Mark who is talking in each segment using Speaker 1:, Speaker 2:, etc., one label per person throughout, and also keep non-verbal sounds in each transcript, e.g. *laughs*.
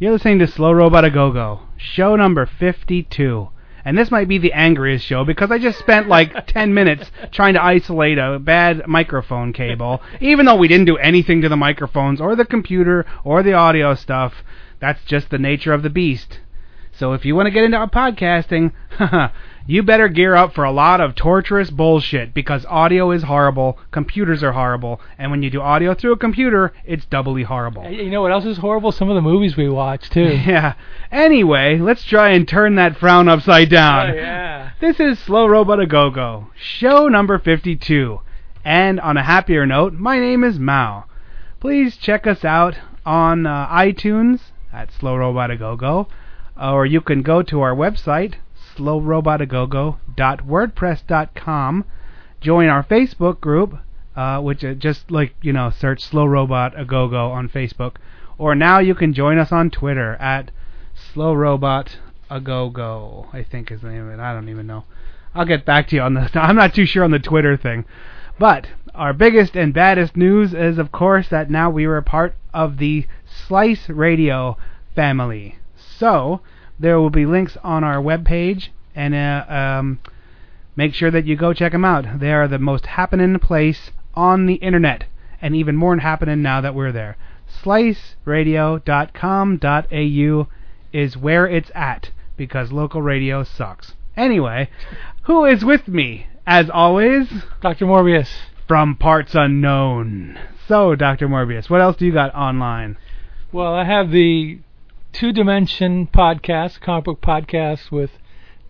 Speaker 1: You're listening to Slow Robot A Go Go, show number 52. And this might be the angriest show because I just spent like 10 minutes trying to isolate a bad microphone cable, even though we didn't do anything to the microphones or the computer or the audio stuff. That's just the nature of the beast. So if you want to get into podcasting, *laughs* you better gear up for a lot of torturous bullshit because audio is horrible, computers are horrible, and when you do audio through a computer, it's doubly horrible.
Speaker 2: Uh, You know what else is horrible? Some of the movies we watch too.
Speaker 1: *laughs* Yeah. Anyway, let's try and turn that frown upside down.
Speaker 2: Oh, yeah.
Speaker 1: This is Slow Robot A Go Go, show number 52. And on a happier note, my name is Mao. Please check us out on uh, iTunes at Slow Robot A Go Go, or you can go to our website, slowrobotagogo.wordpress.com, join our Facebook group, uh, which uh, just like, you know, search Slow Robot A Go Go on Facebook, or now you can join us on Twitter at Slow Robot A Go Go, I think is the name of it. I don't even know. I'll get back to you on this. I'm not too sure on the *laughs* Twitter thing. But our biggest and baddest news is, of course, that now we are part of the Slice Radio family. So there will be links on our webpage, and uh, um, make sure that you go check them out. They are the most happening place on the internet, and even more happening now that we're there. SliceRadio.com.au is where it's at because local radio sucks. Anyway, who is with me, as always,
Speaker 2: Dr. Morbius.
Speaker 1: from parts unknown? So, Dr. Morbius, what else do you got online?
Speaker 2: Well, I have the Two Dimension podcast, comic book podcast with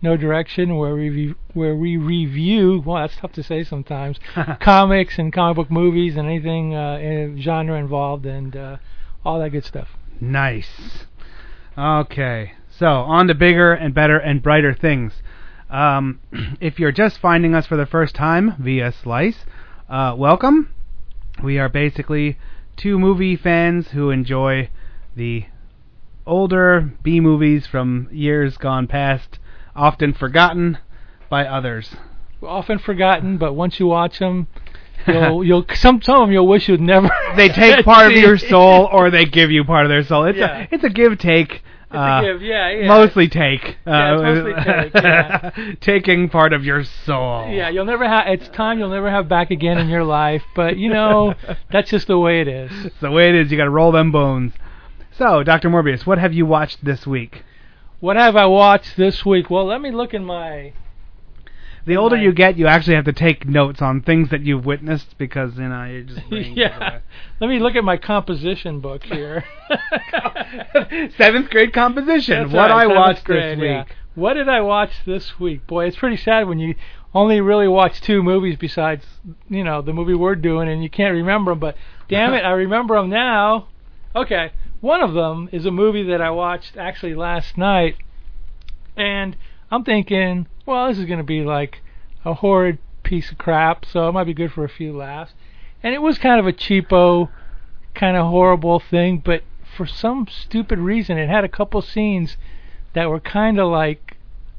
Speaker 2: no direction, where we re- where we review. Well, that's tough to say
Speaker 1: *laughs*
Speaker 2: sometimes. comics and comic book movies and anything uh, in- genre involved and uh, all that good stuff.
Speaker 1: Nice. Okay, so on to bigger and better and brighter things. Um, *clears throat* if you're just finding us for the first time via Slice, uh, welcome. We are basically two movie fans who enjoy the older B movies from years gone past, often forgotten by others.
Speaker 2: Often forgotten, but once you watch them,
Speaker 1: *laughs*
Speaker 2: you'll you'll some some of them you'll wish you'd never.
Speaker 1: They
Speaker 2: *laughs*
Speaker 1: take part of your
Speaker 2: seen.
Speaker 1: soul, or they give you part of their soul. It's
Speaker 2: Yeah.
Speaker 1: a it's a give take. uh,
Speaker 2: give, yeah, yeah.
Speaker 1: Mostly take. Uh,
Speaker 2: Yeah, it's
Speaker 1: *laughs*
Speaker 2: mostly take, yeah.
Speaker 1: Taking part of your soul.
Speaker 2: Yeah, you'll never have. It's time you'll never have back again in your life. But you know, that's just the way it is.
Speaker 1: It's the way it is. You got to roll them bones. So, Dr. Morbius, what have you watched this week?
Speaker 2: What have I watched this week? Well, let me look in my.
Speaker 1: The older
Speaker 2: Right.
Speaker 1: you get, you actually have to take notes on things that you've witnessed because, you know, you're just. brain goes
Speaker 2: *laughs* Yeah, let me look at my composition book here. *laughs*
Speaker 1: away. Seventh grade composition.
Speaker 2: That's
Speaker 1: what I
Speaker 2: right, seventh
Speaker 1: watched
Speaker 2: grade,
Speaker 1: this week.
Speaker 2: yeah. What did I watch this week? Boy, it's pretty sad when you only really watch two movies besides, you know, the movie we're doing, and you can't remember them. But damn it, I remember them now. Okay, one of them is a movie that I watched actually last night, and I'm thinking, well, this is going to be like a horrid piece of crap, so it might be good for a few laughs. And it was kind of a cheapo, kind of horrible thing, but for some stupid reason, it had a couple scenes that were kind of like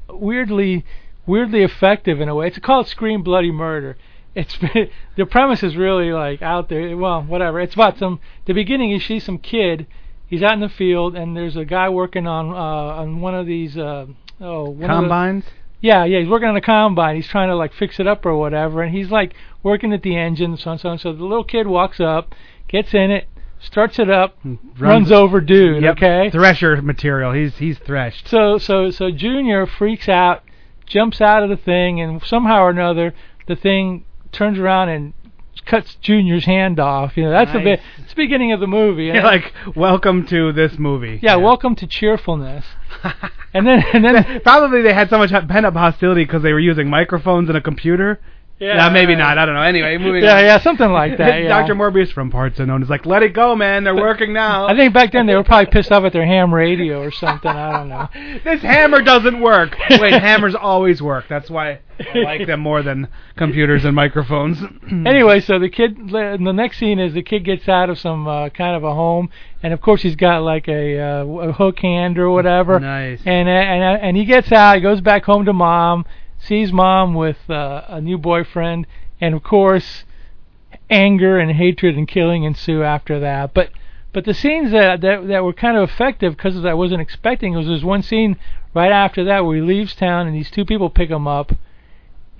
Speaker 2: weirdly weirdly effective in a way. It's called Scream Bloody Murder. It's *laughs* the premise is really like out there. Well, whatever. It's about some. The beginning is she's some kid. He's out in the field and there's a guy working on uh, on one of these uh, oh one of the-
Speaker 1: Combines?
Speaker 2: yeah, yeah, he's working on a combine. He's trying to like fix it up or whatever, and he's like working at the engine, so on, so on. So the little kid walks up, gets in it, starts it up, runs, over dude.
Speaker 1: Hmm. Yep.
Speaker 2: Okay.
Speaker 1: Thresher material. He's he's threshed. *laughs*
Speaker 2: So so so Junior freaks out, jumps out of the thing, and somehow or another the thing turns around and cuts Junior's hand off. You know that's the
Speaker 1: Nice.
Speaker 2: bit. It's the beginning of the movie. and-
Speaker 1: You're like, welcome to this movie. *laughs*
Speaker 2: yeah, welcome to cheerfulness. and then and then
Speaker 1: Probably they had so much pent up hostility because they were using microphones and a computer
Speaker 2: Yeah,
Speaker 1: *laughs* Yeah, maybe not. I don't know.
Speaker 2: *laughs*
Speaker 1: Anyway, moving
Speaker 2: Yeah,
Speaker 1: on.
Speaker 2: yeah, something
Speaker 1: *laughs*
Speaker 2: like that. yeah.
Speaker 1: Dr. Morbius from Parts Unknown is like, let it go, man. They're working now.
Speaker 2: I think back then they were probably pissed off at their ham radio or something. I don't know.
Speaker 1: this hammer doesn't
Speaker 2: *laughs*
Speaker 1: work. Wait, hammers always work. That's why I like them more than computers and microphones.
Speaker 2: Anyway, so the kid, and the next scene is the kid gets out of some uh, kind of a home, and of course he's got like a, uh, a hook hand or whatever.
Speaker 1: Nice.
Speaker 2: And uh, and uh, and he gets out, he goes back home to mom, sees mom with uh, a new boyfriend, and of course, anger and hatred and killing ensue after that. But but the scenes that that, that were kind of effective because I wasn't expecting was there's one scene right after that where he leaves town and these two people pick him up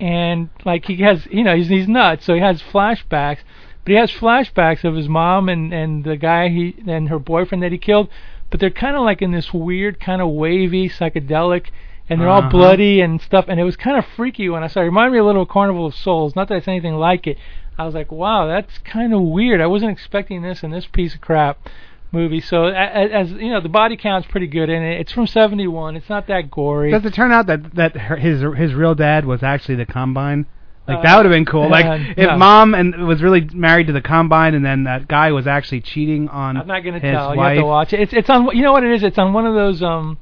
Speaker 2: and like he has you know he's he's nuts so he has flashbacks but he has flashbacks of his mom and and the guy he and her boyfriend that he killed but they're kind of like in this weird kind of wavy psychedelic and they're
Speaker 1: Uh-huh.
Speaker 2: all bloody and stuff and it was kind of freaky when i saw it. it reminded me a little of carnival of souls not that it's anything like it i was like wow that's kind of weird i wasn't expecting this in this piece of crap movie so a- a- as you know the body count's pretty good in it it's from 71 it's not that gory
Speaker 1: Does it turn out that that her, his his real dad was actually the combine? Like
Speaker 2: Uh,
Speaker 1: that would have been cool. Like
Speaker 2: uh,
Speaker 1: if
Speaker 2: no.
Speaker 1: mom and was really married to the combine, and then that guy was actually cheating on.
Speaker 2: I'm not gonna
Speaker 1: his
Speaker 2: tell. You
Speaker 1: Wife.
Speaker 2: have to watch it. It's it's on. You know what it is? It's on one of those um,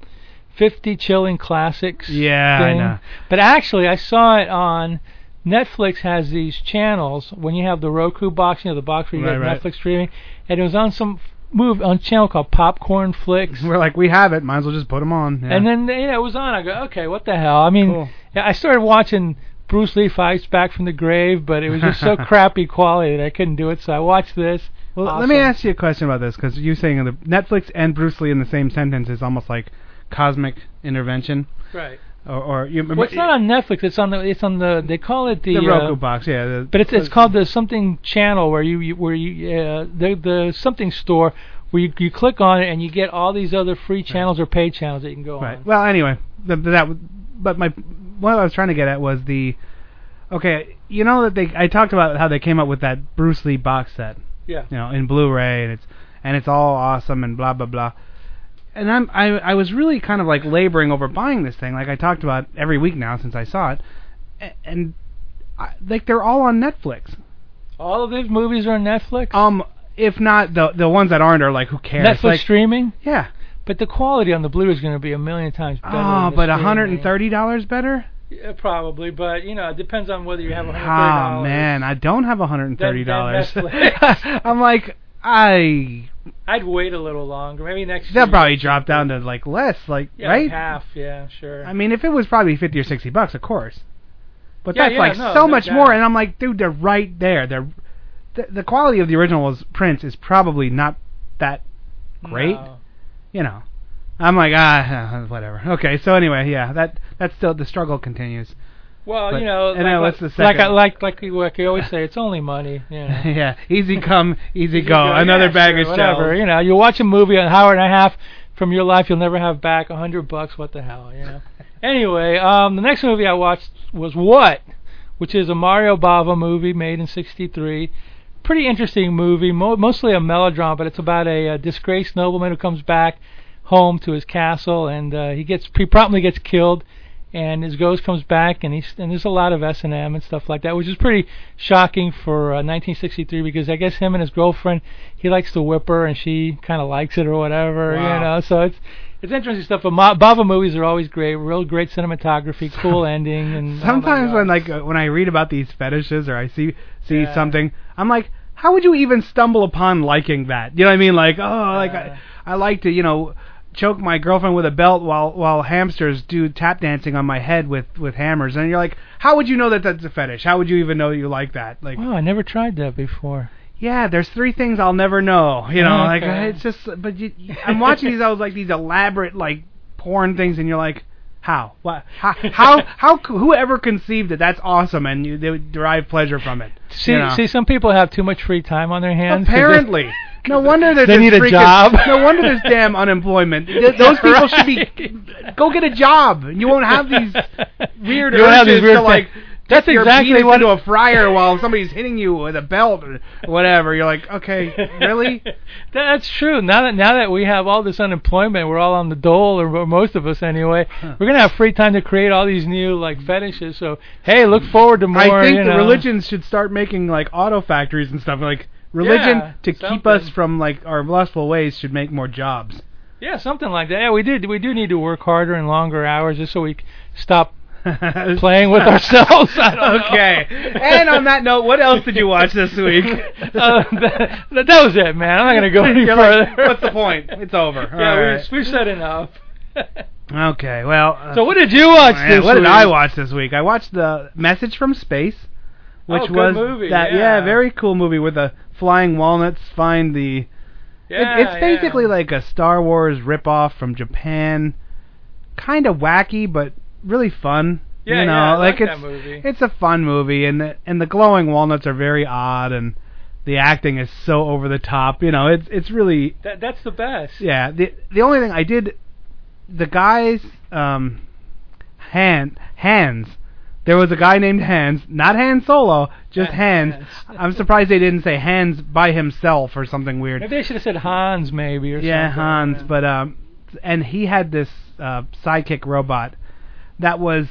Speaker 2: 50 chilling classics.
Speaker 1: Yeah, I
Speaker 2: thing.
Speaker 1: know.
Speaker 2: But actually, I saw it on Netflix. Has these channels when you have the Roku box, you know, the box where you
Speaker 1: Right,
Speaker 2: get
Speaker 1: right.
Speaker 2: Netflix streaming, and it was on some f- move on a channel called Popcorn Flicks.
Speaker 1: *laughs* We're like, we have it. Might as well just put him on. Yeah.
Speaker 2: And then you know, it was on. I go, okay, what the hell? I mean,
Speaker 1: Cool.
Speaker 2: yeah, I started watching Bruce Lee fights back from the grave, but it was just
Speaker 1: *laughs*
Speaker 2: so crappy quality that I couldn't do it. So I watched this.
Speaker 1: Well, let me
Speaker 2: Awesome.
Speaker 1: ask you a question about this because you saying the Netflix and Bruce Lee in the same sentence is almost like cosmic intervention.
Speaker 2: Right.
Speaker 1: Or, or you,
Speaker 2: Well, it's not on Netflix. It's on the. It's on the. They call it the.
Speaker 1: the Roku
Speaker 2: uh,
Speaker 1: box, yeah. the-
Speaker 2: but it's it's called the something channel where you, you where you uh, the the something store where you, you click on it and you get all these other free channels or paid channels that you can go
Speaker 1: Right.
Speaker 2: on.
Speaker 1: Well, anyway, the, that. w- But my what I was trying to get at was the. Okay, you know that they. I talked about how they came up with that Bruce Lee box set.
Speaker 2: Yeah.
Speaker 1: You know, in Blu-ray and it's and it's all awesome and blah blah blah. And I'm I I was really kind of like laboring over buying this thing. Like I talked about every week now since I saw it, A- and I, like they're all on Netflix.
Speaker 2: All of these movies are on Netflix.
Speaker 1: Um, if not the the ones that aren't are like who cares?
Speaker 2: Netflix
Speaker 1: Like,
Speaker 2: streaming,
Speaker 1: yeah.
Speaker 2: but the quality on the Blu-ray is going to be a million times better.
Speaker 1: Oh,
Speaker 2: than the
Speaker 1: but
Speaker 2: streaming.
Speaker 1: $130 better?
Speaker 2: Yeah, probably, but you know, it depends on whether you have a hundred
Speaker 1: Ah man, I don't have $130.
Speaker 2: Then- then Netflix.
Speaker 1: *laughs* I'm like, I
Speaker 2: I'd wait a little longer. Maybe next.
Speaker 1: that
Speaker 2: year.
Speaker 1: probably dropped down to like less, like
Speaker 2: yeah,
Speaker 1: right?
Speaker 2: half. Yeah, sure.
Speaker 1: I mean, if it was probably 50 or 60 bucks, of course. But
Speaker 2: Yeah,
Speaker 1: that's
Speaker 2: yeah,
Speaker 1: like
Speaker 2: no,
Speaker 1: so
Speaker 2: no
Speaker 1: much
Speaker 2: doubt.
Speaker 1: more, and I'm like, dude, they're right there. They're the, the quality of the original's prints is probably not that great.
Speaker 2: No.
Speaker 1: You know, I'm like, ah, *laughs* whatever. Okay, so anyway, yeah, that that's still the struggle continues. *laughs*
Speaker 2: Well,
Speaker 1: But-
Speaker 2: you know,
Speaker 1: and
Speaker 2: like,
Speaker 1: now what's the
Speaker 2: like,
Speaker 1: second?
Speaker 2: like like we- like we always say, it's only money.
Speaker 1: *laughs*
Speaker 2: You know.
Speaker 1: yeah, easy come, easy,
Speaker 2: You
Speaker 1: go. Another
Speaker 2: yeah,
Speaker 1: bag
Speaker 2: sure,
Speaker 1: of
Speaker 2: whatever.
Speaker 1: shells.
Speaker 2: You know, you watch a movie an hour and a half from your life you'll never have back. A hundred bucks, what the hell?
Speaker 1: *laughs*
Speaker 2: You know. anyway, um, the next movie I watched was What, which is a Mario Bava movie made in '63. Pretty interesting movie, mo- mostly a melodrama, but it's about a, uh disgraced nobleman who comes back home to his castle and uh, he gets he promptly gets killed and his ghost comes back and he's and there's a lot of S and M and stuff like that, which is pretty shocking for uh, 1963 because I guess him and his girlfriend he likes to whip her and she kind of likes it or whatever,
Speaker 1: Wow.
Speaker 2: you know. So it's it's interesting stuff. But Ma- Bava movies are always great, real great cinematography,
Speaker 1: *laughs*
Speaker 2: cool ending, and oh my
Speaker 1: Sometimes
Speaker 2: God.
Speaker 1: when like uh, when I read about these fetishes or I see see
Speaker 2: Yeah.
Speaker 1: something, I'm like, how would you even stumble upon liking that? You know what I mean? Like, oh, like
Speaker 2: Yeah.
Speaker 1: I, I like to you know choke my girlfriend with a belt while while hamsters do tap dancing on my head with with hammers, and you're like, how would you know that that's a fetish? How would you even know you like that? Like,
Speaker 2: wow, I never tried that before.
Speaker 1: yeah, there's three things I'll never know. You know, like
Speaker 2: Okay.
Speaker 1: it's just. But you, I'm watching these. I was like these elaborate like porn things, and you're like, how? What? How? How? how c- whoever conceived it? That's awesome, and you, they would derive pleasure from it. you
Speaker 2: See,
Speaker 1: know?
Speaker 2: see, some people have too much free time on their hands. 'cause they-
Speaker 1: Apparently. No wonder there's
Speaker 2: *laughs* They
Speaker 1: this
Speaker 2: need a
Speaker 1: freaking-
Speaker 2: job.
Speaker 1: *laughs* No wonder there's damn unemployment. Th-
Speaker 2: *laughs*
Speaker 1: Those people should be
Speaker 2: Right.
Speaker 1: go get a job. and You won't have these weird
Speaker 2: *laughs* You don't have
Speaker 1: urges
Speaker 2: these weird
Speaker 1: to like
Speaker 2: things. That's
Speaker 1: your
Speaker 2: exactly
Speaker 1: penis
Speaker 2: what
Speaker 1: into a fryer while somebody's hitting you with a belt or whatever. You're like, okay, really?
Speaker 2: *laughs* That's true. Now that now that we have all this unemployment, we're all on the dole, or mo- most of us anyway. We're gonna have free time to create all these new like fetishes. So hey, look forward to more.
Speaker 1: I think
Speaker 2: you
Speaker 1: the
Speaker 2: know.
Speaker 1: religions should start making like auto factories and stuff. Like religion
Speaker 2: Yeah,
Speaker 1: to keep us
Speaker 2: something.
Speaker 1: from like our lustful ways should make more jobs. *laughs*
Speaker 2: Yeah, something like that. Yeah, we did. We do need to work harder and longer hours just so we c- stop playing
Speaker 1: *laughs*
Speaker 2: with ourselves. *laughs* I don't know.
Speaker 1: okay. And
Speaker 2: *laughs*
Speaker 1: on that note, what else did you watch this week?
Speaker 2: Uh, *laughs* that, that was it, man. I'm not gonna go any
Speaker 1: You're
Speaker 2: further.
Speaker 1: like, What's the
Speaker 2: *laughs*
Speaker 1: point? It's over.
Speaker 2: yeah,
Speaker 1: All
Speaker 2: we-
Speaker 1: right.
Speaker 2: we've, said enough.
Speaker 1: Okay. Well. uh,
Speaker 2: so what did you watch
Speaker 1: man,
Speaker 2: this
Speaker 1: what did
Speaker 2: week?
Speaker 1: I watch this week? I watched the Message from Space, which
Speaker 2: Oh, good
Speaker 1: was
Speaker 2: movie,
Speaker 1: that
Speaker 2: yeah.
Speaker 1: very cool movie with the flying walnuts find the. It-
Speaker 2: Yeah,
Speaker 1: it's basically
Speaker 2: yeah.
Speaker 1: like a Star Wars ripoff from Japan. Kind of wacky, but really fun.
Speaker 2: Yeah,
Speaker 1: you know,
Speaker 2: yeah, I like that
Speaker 1: it's
Speaker 2: movie.
Speaker 1: it's a fun movie, and the, and the glowing walnuts are very odd, and the acting is so over the top. You know, it's it's really
Speaker 2: That, that's the best.
Speaker 1: yeah. The the only thing I did, the guys, um, Han Hans. There was a guy named Hans, not Han Solo, just
Speaker 2: Hans.
Speaker 1: Hans. I'm surprised they didn't say Hans by himself or something weird.
Speaker 2: Maybe they should have said Hans, maybe or
Speaker 1: Yeah,
Speaker 2: something.
Speaker 1: Hans.
Speaker 2: Yeah.
Speaker 1: But um, and he had this uh, sidekick robot that was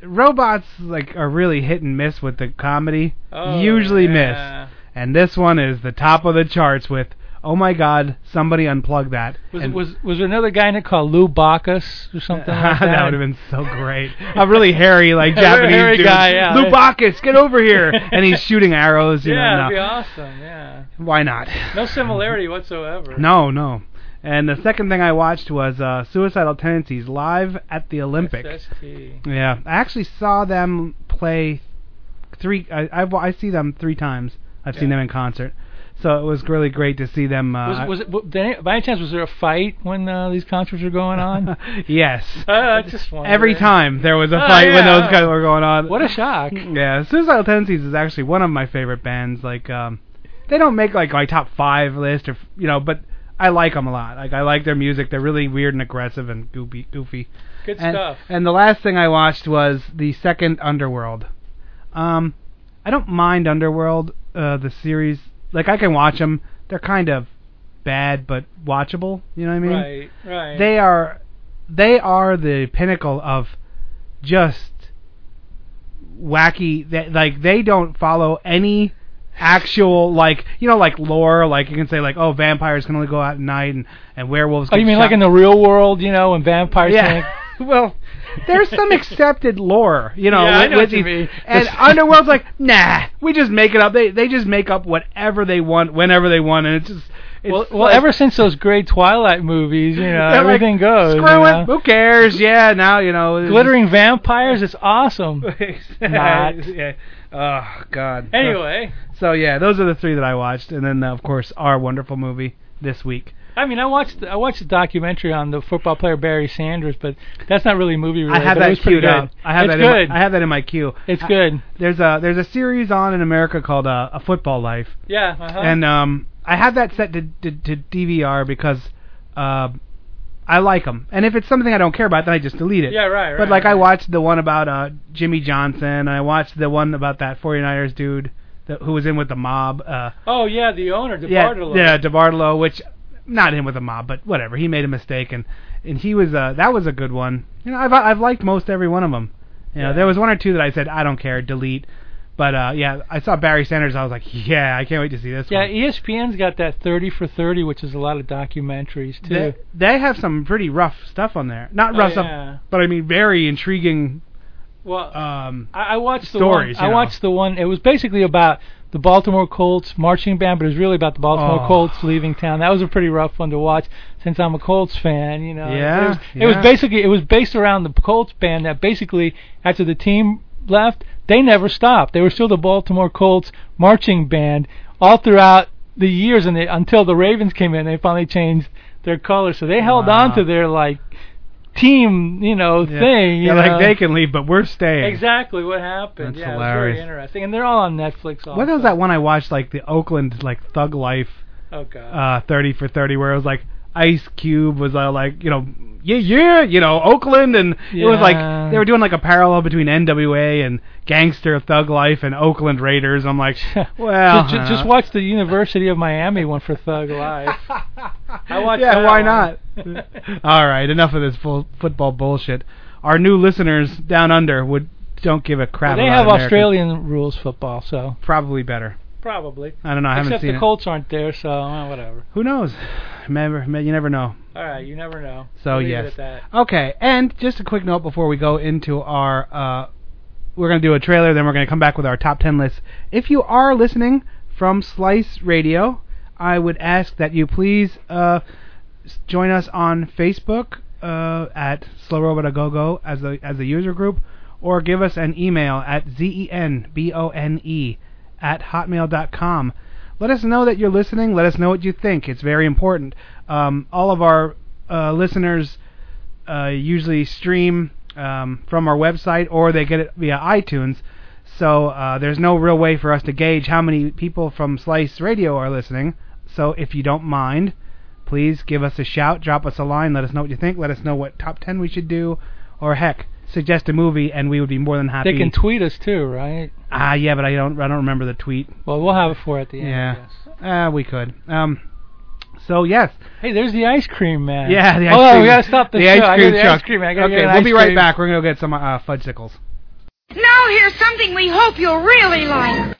Speaker 1: robots like are really hit and miss with the comedy.
Speaker 2: Oh,
Speaker 1: usually
Speaker 2: yeah.
Speaker 1: miss. And this one is the top of the charts with oh my god, somebody unplug that.
Speaker 2: Was,
Speaker 1: and *laughs*
Speaker 2: was was there another guy in it called Lou Bacchus or something like that?
Speaker 1: that would have been so great. A really hairy,
Speaker 2: *laughs*
Speaker 1: like
Speaker 2: Yeah, very
Speaker 1: Japanese
Speaker 2: hairy
Speaker 1: dude.
Speaker 2: guy, yeah.
Speaker 1: Lou Bacchus, get over here! and
Speaker 2: *laughs*
Speaker 1: he's shooting arrows. You
Speaker 2: yeah,
Speaker 1: know,
Speaker 2: that'd be
Speaker 1: no.
Speaker 2: awesome. Yeah,
Speaker 1: why not?
Speaker 2: no similarity whatsoever.
Speaker 1: No, no. And the second thing I watched was uh, Suicidal Tendencies live at the Olympics.
Speaker 2: SST.
Speaker 1: Yeah, I actually saw them play three. I I've, I see them three times. I've seen
Speaker 2: Yeah.
Speaker 1: them in concert, so it was really great to see them. Uh,
Speaker 2: Was was it w- did any- by any chance was there a fight when uh, these concerts were
Speaker 1: *laughs*
Speaker 2: going on? uh,
Speaker 1: yes.
Speaker 2: I just wondering.
Speaker 1: Every time there was a
Speaker 2: Oh,
Speaker 1: fight when
Speaker 2: yeah.
Speaker 1: those guys were going on.
Speaker 2: What a shock!
Speaker 1: Yeah, Suicidal Tendencies is actually one of my favorite bands. Like, um, they don't make like my top five list, or f- you know, but I like them a lot. Like, I like their music. They're really weird and aggressive and goofy. Goofy.
Speaker 2: Good
Speaker 1: and,
Speaker 2: stuff.
Speaker 1: And the last thing I watched was the second Underworld. Um, I don't mind Underworld, uh, the series. Like, I can watch them. They're kind of bad, but watchable. You know what I mean?
Speaker 2: right, right.
Speaker 1: they are they are the pinnacle of just wacky that like they don't follow any actual like you know like lore like you can say like oh vampires can only go out at night and and werewolves
Speaker 2: oh, you
Speaker 1: get
Speaker 2: mean
Speaker 1: shot. *laughs*
Speaker 2: like in the real world, you know, when vampires?
Speaker 1: yeah *laughs*
Speaker 2: can't-
Speaker 1: well there's some accepted lore you know
Speaker 2: Yeah, I
Speaker 1: with,
Speaker 2: know
Speaker 1: with
Speaker 2: what you
Speaker 1: these-
Speaker 2: mean.
Speaker 1: and underworld's like *laughs* nah we just make it up they they just make up whatever they want whenever they want and it's just it's
Speaker 2: *laughs* Well, well,
Speaker 1: like-
Speaker 2: ever since those great Twilight movies, you *laughs* know,
Speaker 1: they're like,
Speaker 2: everything goes.
Speaker 1: Screw
Speaker 2: you
Speaker 1: it.
Speaker 2: know?
Speaker 1: Who cares? Yeah, now you know. it's- *laughs*
Speaker 2: Glittering vampires, it's awesome. Not.
Speaker 1: yeah. Oh God.
Speaker 2: *laughs* Anyway,
Speaker 1: So, so, yeah, those are the three that I watched, and then uh, of course our wonderful movie this week.
Speaker 2: I mean, I watched I watched a documentary on the football player Barry Sanders, but that's not really movie related.
Speaker 1: I have
Speaker 2: but it
Speaker 1: that
Speaker 2: was pretty
Speaker 1: queued up.
Speaker 2: good.
Speaker 1: I have
Speaker 2: it's
Speaker 1: that.
Speaker 2: good.
Speaker 1: In my, I have that in my queue.
Speaker 2: it's
Speaker 1: I-
Speaker 2: good.
Speaker 1: there's a there's a series on in America called uh, A Football Life,
Speaker 2: Yeah. Uh-huh.
Speaker 1: and um I have that set to to, to DVR because uh, I like them, and if it's something I don't care about, then I just delete it.
Speaker 2: yeah, right, right.
Speaker 1: But like I
Speaker 2: right.
Speaker 1: watched the one about uh Jimmy Johnson, and I watched the one about that 49ers dude that, who was in with the mob. Uh,
Speaker 2: Oh yeah, the owner
Speaker 1: yeah,
Speaker 2: DeBartolo.
Speaker 1: yeah, DeBartolo, which not in with the mob, but whatever. He made a mistake, and and he was uh that was a good one. You know, I've I've liked most every one of them. You know,
Speaker 2: Yeah.
Speaker 1: there was one or two that I said I don't care, delete. But uh yeah, I saw Barry Sanders, I was like, yeah, I can't wait to see this
Speaker 2: Yeah, E
Speaker 1: one.
Speaker 2: ESPN's got that 30 for 30, which is a lot of documentaries too.
Speaker 1: They, they have some pretty rough stuff on there. Not
Speaker 2: Oh,
Speaker 1: rough stuff,
Speaker 2: yeah.
Speaker 1: but I mean very intriguing.
Speaker 2: Well,
Speaker 1: Um,
Speaker 2: I, I watched the
Speaker 1: stories,
Speaker 2: One,
Speaker 1: you
Speaker 2: I
Speaker 1: know.
Speaker 2: watched the one. It was basically about the Baltimore Colts marching band, but it was really about the Baltimore
Speaker 1: Oh.
Speaker 2: Colts leaving town. That was a pretty rough one to watch since I'm a Colts fan. You know,
Speaker 1: Yeah,
Speaker 2: It was, it was
Speaker 1: yeah.
Speaker 2: basically it was based around the Colts band that basically after the team left, they never stopped. They were still the Baltimore Colts marching band all throughout the years, and they, until the Ravens came in, they finally changed their colors. So they held
Speaker 1: Wow.
Speaker 2: on to their like team, you know,
Speaker 1: yeah.
Speaker 2: thing. You
Speaker 1: Yeah,
Speaker 2: know.
Speaker 1: like they can leave, but we're staying.
Speaker 2: Exactly what happened.
Speaker 1: That's
Speaker 2: yeah, It was
Speaker 1: hilarious.
Speaker 2: very interesting. And they're all on Netflix. Also.
Speaker 1: What was that one I watched, like the Oakland, like Thug Life,
Speaker 2: Oh god.
Speaker 1: uh, thirty for thirty, where it was like Ice Cube was uh, like, you know, yeah, yeah, you know, Oakland, and it was
Speaker 2: Yeah.
Speaker 1: like they were doing like a parallel between NWA and gangster thug life and Oakland Raiders. I'm
Speaker 2: *laughs*
Speaker 1: like, well,
Speaker 2: Ju- ju- just,
Speaker 1: uh, *laughs*
Speaker 2: watch the University of Miami one for Thug Life. I watched
Speaker 1: yeah,
Speaker 2: that
Speaker 1: why
Speaker 2: one. *laughs*
Speaker 1: not? All right, enough of this full football bullshit. Our new listeners down under would don't give a crap.
Speaker 2: they
Speaker 1: about
Speaker 2: have
Speaker 1: America.
Speaker 2: Australian rules football, so
Speaker 1: probably better.
Speaker 2: probably.
Speaker 1: I don't know. I haven't
Speaker 2: Except
Speaker 1: seen
Speaker 2: the
Speaker 1: it.
Speaker 2: Colts aren't there, so well, whatever.
Speaker 1: Who knows? Remember, me- you never know.
Speaker 2: All right, you never know.
Speaker 1: So,
Speaker 2: We'll leave
Speaker 1: yes.
Speaker 2: It at that.
Speaker 1: Okay, and just a quick note before we go into our, uh, we're gonna do a trailer, then we're gonna come back with our top ten list. If you are listening from Slice Radio, I would ask that you please uh, s- join us on Facebook uh, at Slow Robot A Go Go as a as a user group, or give us an email at z e n b o n e at hotmail.com. Let us know that you're listening. Let us know what you think. It's very important. Um, all of our uh, listeners uh, usually stream um, from our website or they get it via iTunes. So uh, there's no real way for us to gauge how many people from Slice Radio are listening. So if you don't mind, please give us a shout, drop us a line, let us know what you think, let us know what top 10 we should do, or heck, suggest a movie, and we would be more than happy.
Speaker 2: They can tweet us too, right?
Speaker 1: ah, yeah, but I don't, I don't remember the tweet.
Speaker 2: Well, we'll have it for at the end.
Speaker 1: Yeah.
Speaker 2: I guess.
Speaker 1: Ah, we could. Um, so yes,
Speaker 2: Hey, there's the ice cream man.
Speaker 1: Yeah, the ice
Speaker 2: Hold on,
Speaker 1: cream.
Speaker 2: we gotta stop the,
Speaker 1: the
Speaker 2: show.
Speaker 1: Ice
Speaker 2: I
Speaker 1: cream
Speaker 2: got the
Speaker 1: truck.
Speaker 2: ice cream man. I gotta
Speaker 1: okay,
Speaker 2: get an
Speaker 1: we'll
Speaker 2: ice
Speaker 1: be right
Speaker 2: cream.
Speaker 1: back. We're gonna go get some uh, fudgesicles.
Speaker 3: Now here's something we hope you'll really like.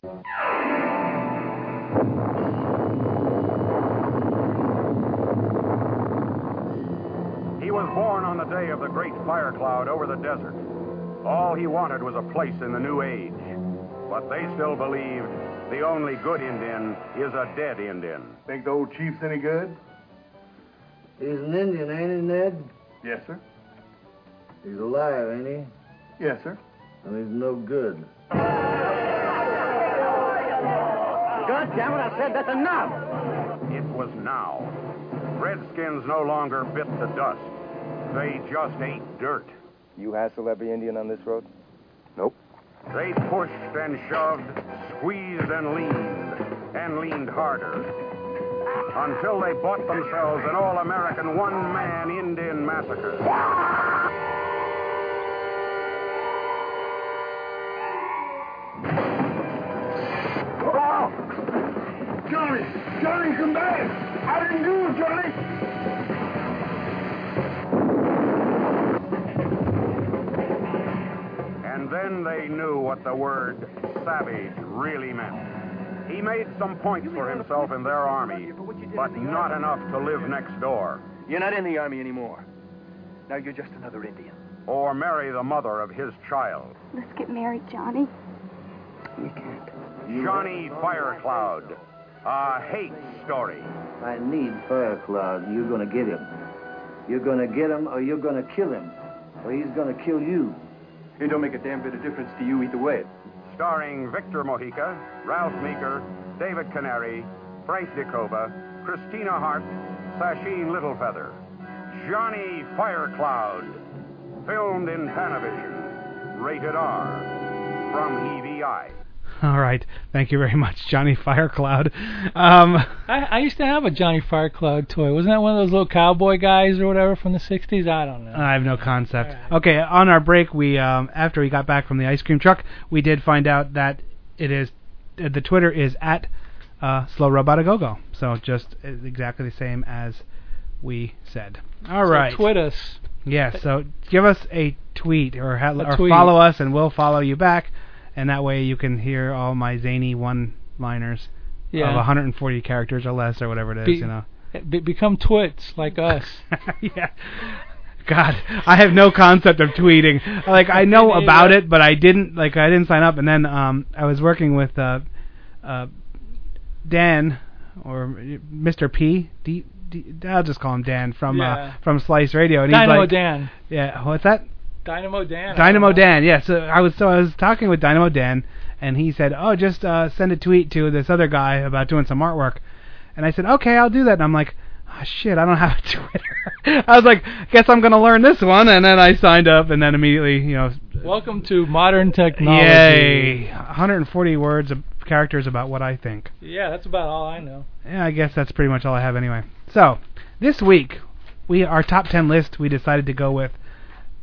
Speaker 4: He was born on the day of the great fire cloud over the desert. All he wanted was a place in the new age. But they still believed the only good Indian is a dead Indian.
Speaker 5: Think the old chief's any good?
Speaker 6: He's an Indian, ain't he, Ned?
Speaker 5: Yes, sir.
Speaker 6: He's alive, ain't he?
Speaker 5: Yes, sir.
Speaker 6: And he's no good.
Speaker 4: God damn it, I said that's enough! It was now. Redskins no longer bit the dust. They just ate dirt.
Speaker 7: You hassle every Indian on this road?
Speaker 4: They pushed and shoved, squeezed and leaned, and leaned harder. Until they bought themselves an all American one man Indian massacre. Johnny! Johnny, come back! I didn't do it, Johnny! And then they knew what the word savage really meant. He made some points for himself in their army, but not enough to live next door
Speaker 7: You're not in the army anymore. Now you're just another Indian.
Speaker 4: or marry the mother of his child.
Speaker 8: Let's get married, Johnny.
Speaker 4: Johnny Firecloud, a hate story.
Speaker 6: I need Firecloud. You're gonna get him. You're gonna get him, or you're gonna kill him, or he's gonna kill you.
Speaker 7: It don't make a damn bit of difference to you either way.
Speaker 4: starring Victor Mojica, Ralph Meeker, David Canary, Frank Dicova, Christina Hart, Sasheen Littlefeather, Johnny Firecloud, filmed in Panavision, rated R, from E EVI.
Speaker 1: *laughs* All right, thank you very *laughs* much, Johnny Firecloud. Um,
Speaker 2: I, I used to have a Johnny Firecloud toy. Wasn't that one of those little cowboy guys or whatever from the 60s? I don't know.
Speaker 1: I have no concept. Okay, on our break, we um, after we got back from the ice cream truck, we did find out that it is uh, the Twitter is at uh, Slow Robot A Go Go. So just uh, exactly the same as we said. All right.
Speaker 2: Tweet us.
Speaker 1: Yeah, so give us a tweet or ha- or
Speaker 2: tweet.
Speaker 1: follow us, and we'll follow you back, and that way you can hear all my zany one-liners of
Speaker 2: Yeah.
Speaker 1: 140 characters or less or whatever it is,
Speaker 2: Be-
Speaker 1: you know.
Speaker 2: Be- become twits
Speaker 1: *laughs*
Speaker 2: like us.
Speaker 1: yeah. God, I have no concept of tweeting. Like I know
Speaker 2: *laughs* Me
Speaker 1: about
Speaker 2: neither.
Speaker 1: it, but I didn't like I didn't sign up. And then um, I was working with uh, uh, Dan or Mr. P. D, D, I'll just call him Dan from
Speaker 2: Yeah.
Speaker 1: uh, from Slice Radio, and
Speaker 2: Dynamo
Speaker 1: he's like,
Speaker 2: Dan.
Speaker 1: yeah, what's that?
Speaker 2: Dynamo Dan. Uh, I
Speaker 1: Dynamo
Speaker 2: don't know.
Speaker 1: Dan. Yeah. So I was so I was talking with Dynamo Dan, and he said, "Oh, just uh, send a tweet to this other guy about doing some artwork." And I said, "Okay, I'll do that." And I'm like, oh, "Shit, I don't have a *laughs* Twitter." I was like, "Guess I'm gonna learn this one." And then I signed up, and then immediately, you know,
Speaker 2: Welcome to modern technology.
Speaker 1: yay, 140 words of characters about what I think.
Speaker 2: Yeah, that's about all I know.
Speaker 1: Yeah, I guess that's pretty much all I have anyway. So this week we our top ten list we decided to go with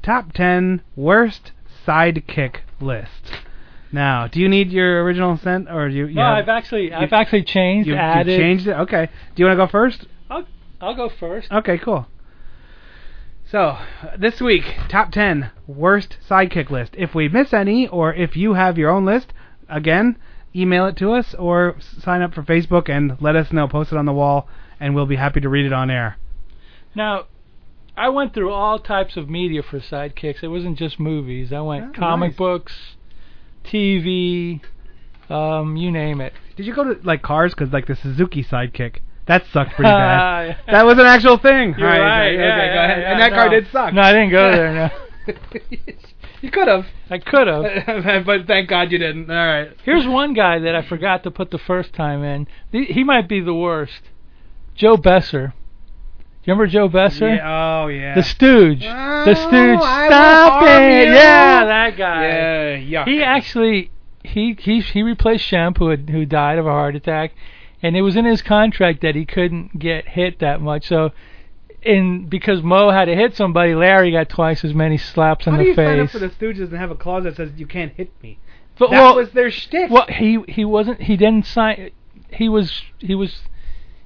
Speaker 1: top ten worst sidekick list. Now, do you need your original scent or do you?
Speaker 2: No, I've actually I've actually changed,
Speaker 1: you, you
Speaker 2: added.
Speaker 1: changed it. Okay. Do you want to go first?
Speaker 2: I'll, I'll go first.
Speaker 1: Okay, cool. So, this week, top 10 worst sidekick list. If we miss any, or if you have your own list, again, email it to us or s- sign up for Facebook and let us know. Post it on the wall, and we'll be happy to read it on air.
Speaker 2: Now, I went through all types of media for sidekicks. It wasn't just movies. I went
Speaker 1: Oh,
Speaker 2: comic
Speaker 1: nice.
Speaker 2: books, TV, um, you name it.
Speaker 1: Did you go to, like, cars? Because, like, the Suzuki sidekick. That sucked
Speaker 2: *laughs*
Speaker 1: pretty bad. That was an actual thing.
Speaker 2: Uh, You're
Speaker 1: All
Speaker 2: right,
Speaker 1: Okay,
Speaker 2: yeah,
Speaker 1: okay, go
Speaker 2: yeah,
Speaker 1: ahead.
Speaker 2: yeah,
Speaker 1: and that car
Speaker 2: no.
Speaker 1: did suck.
Speaker 2: No, I
Speaker 1: *laughs*
Speaker 2: didn't go there. No,
Speaker 1: you could have.
Speaker 2: I could
Speaker 1: *laughs*
Speaker 2: have.
Speaker 1: but thank God you didn't. All right.
Speaker 2: Here's one guy that I forgot to put the first time in. Th- He might be the worst. Joe Besser. Do you remember Joe Besser?
Speaker 1: Yeah, oh, yeah.
Speaker 2: The Stooge.
Speaker 1: Oh,
Speaker 2: the Stooge.
Speaker 1: I will
Speaker 2: Stop
Speaker 1: harm
Speaker 2: it.
Speaker 1: you.
Speaker 2: Yeah, that guy.
Speaker 1: Yeah, yuck.
Speaker 2: He actually he he he replaced Shemp who had, who died of a heart attack, and it was in his contract that he couldn't get hit that much. So, and because Mo had to hit somebody, Larry got twice as many slaps
Speaker 1: How
Speaker 2: in
Speaker 1: do
Speaker 2: the
Speaker 1: you
Speaker 2: face.
Speaker 1: sign up for the Stooges and have a clause that says you can't hit me?
Speaker 2: But-
Speaker 1: that
Speaker 2: well,
Speaker 1: was their shtick.
Speaker 2: well, he he wasn't he didn't sign. He was he was.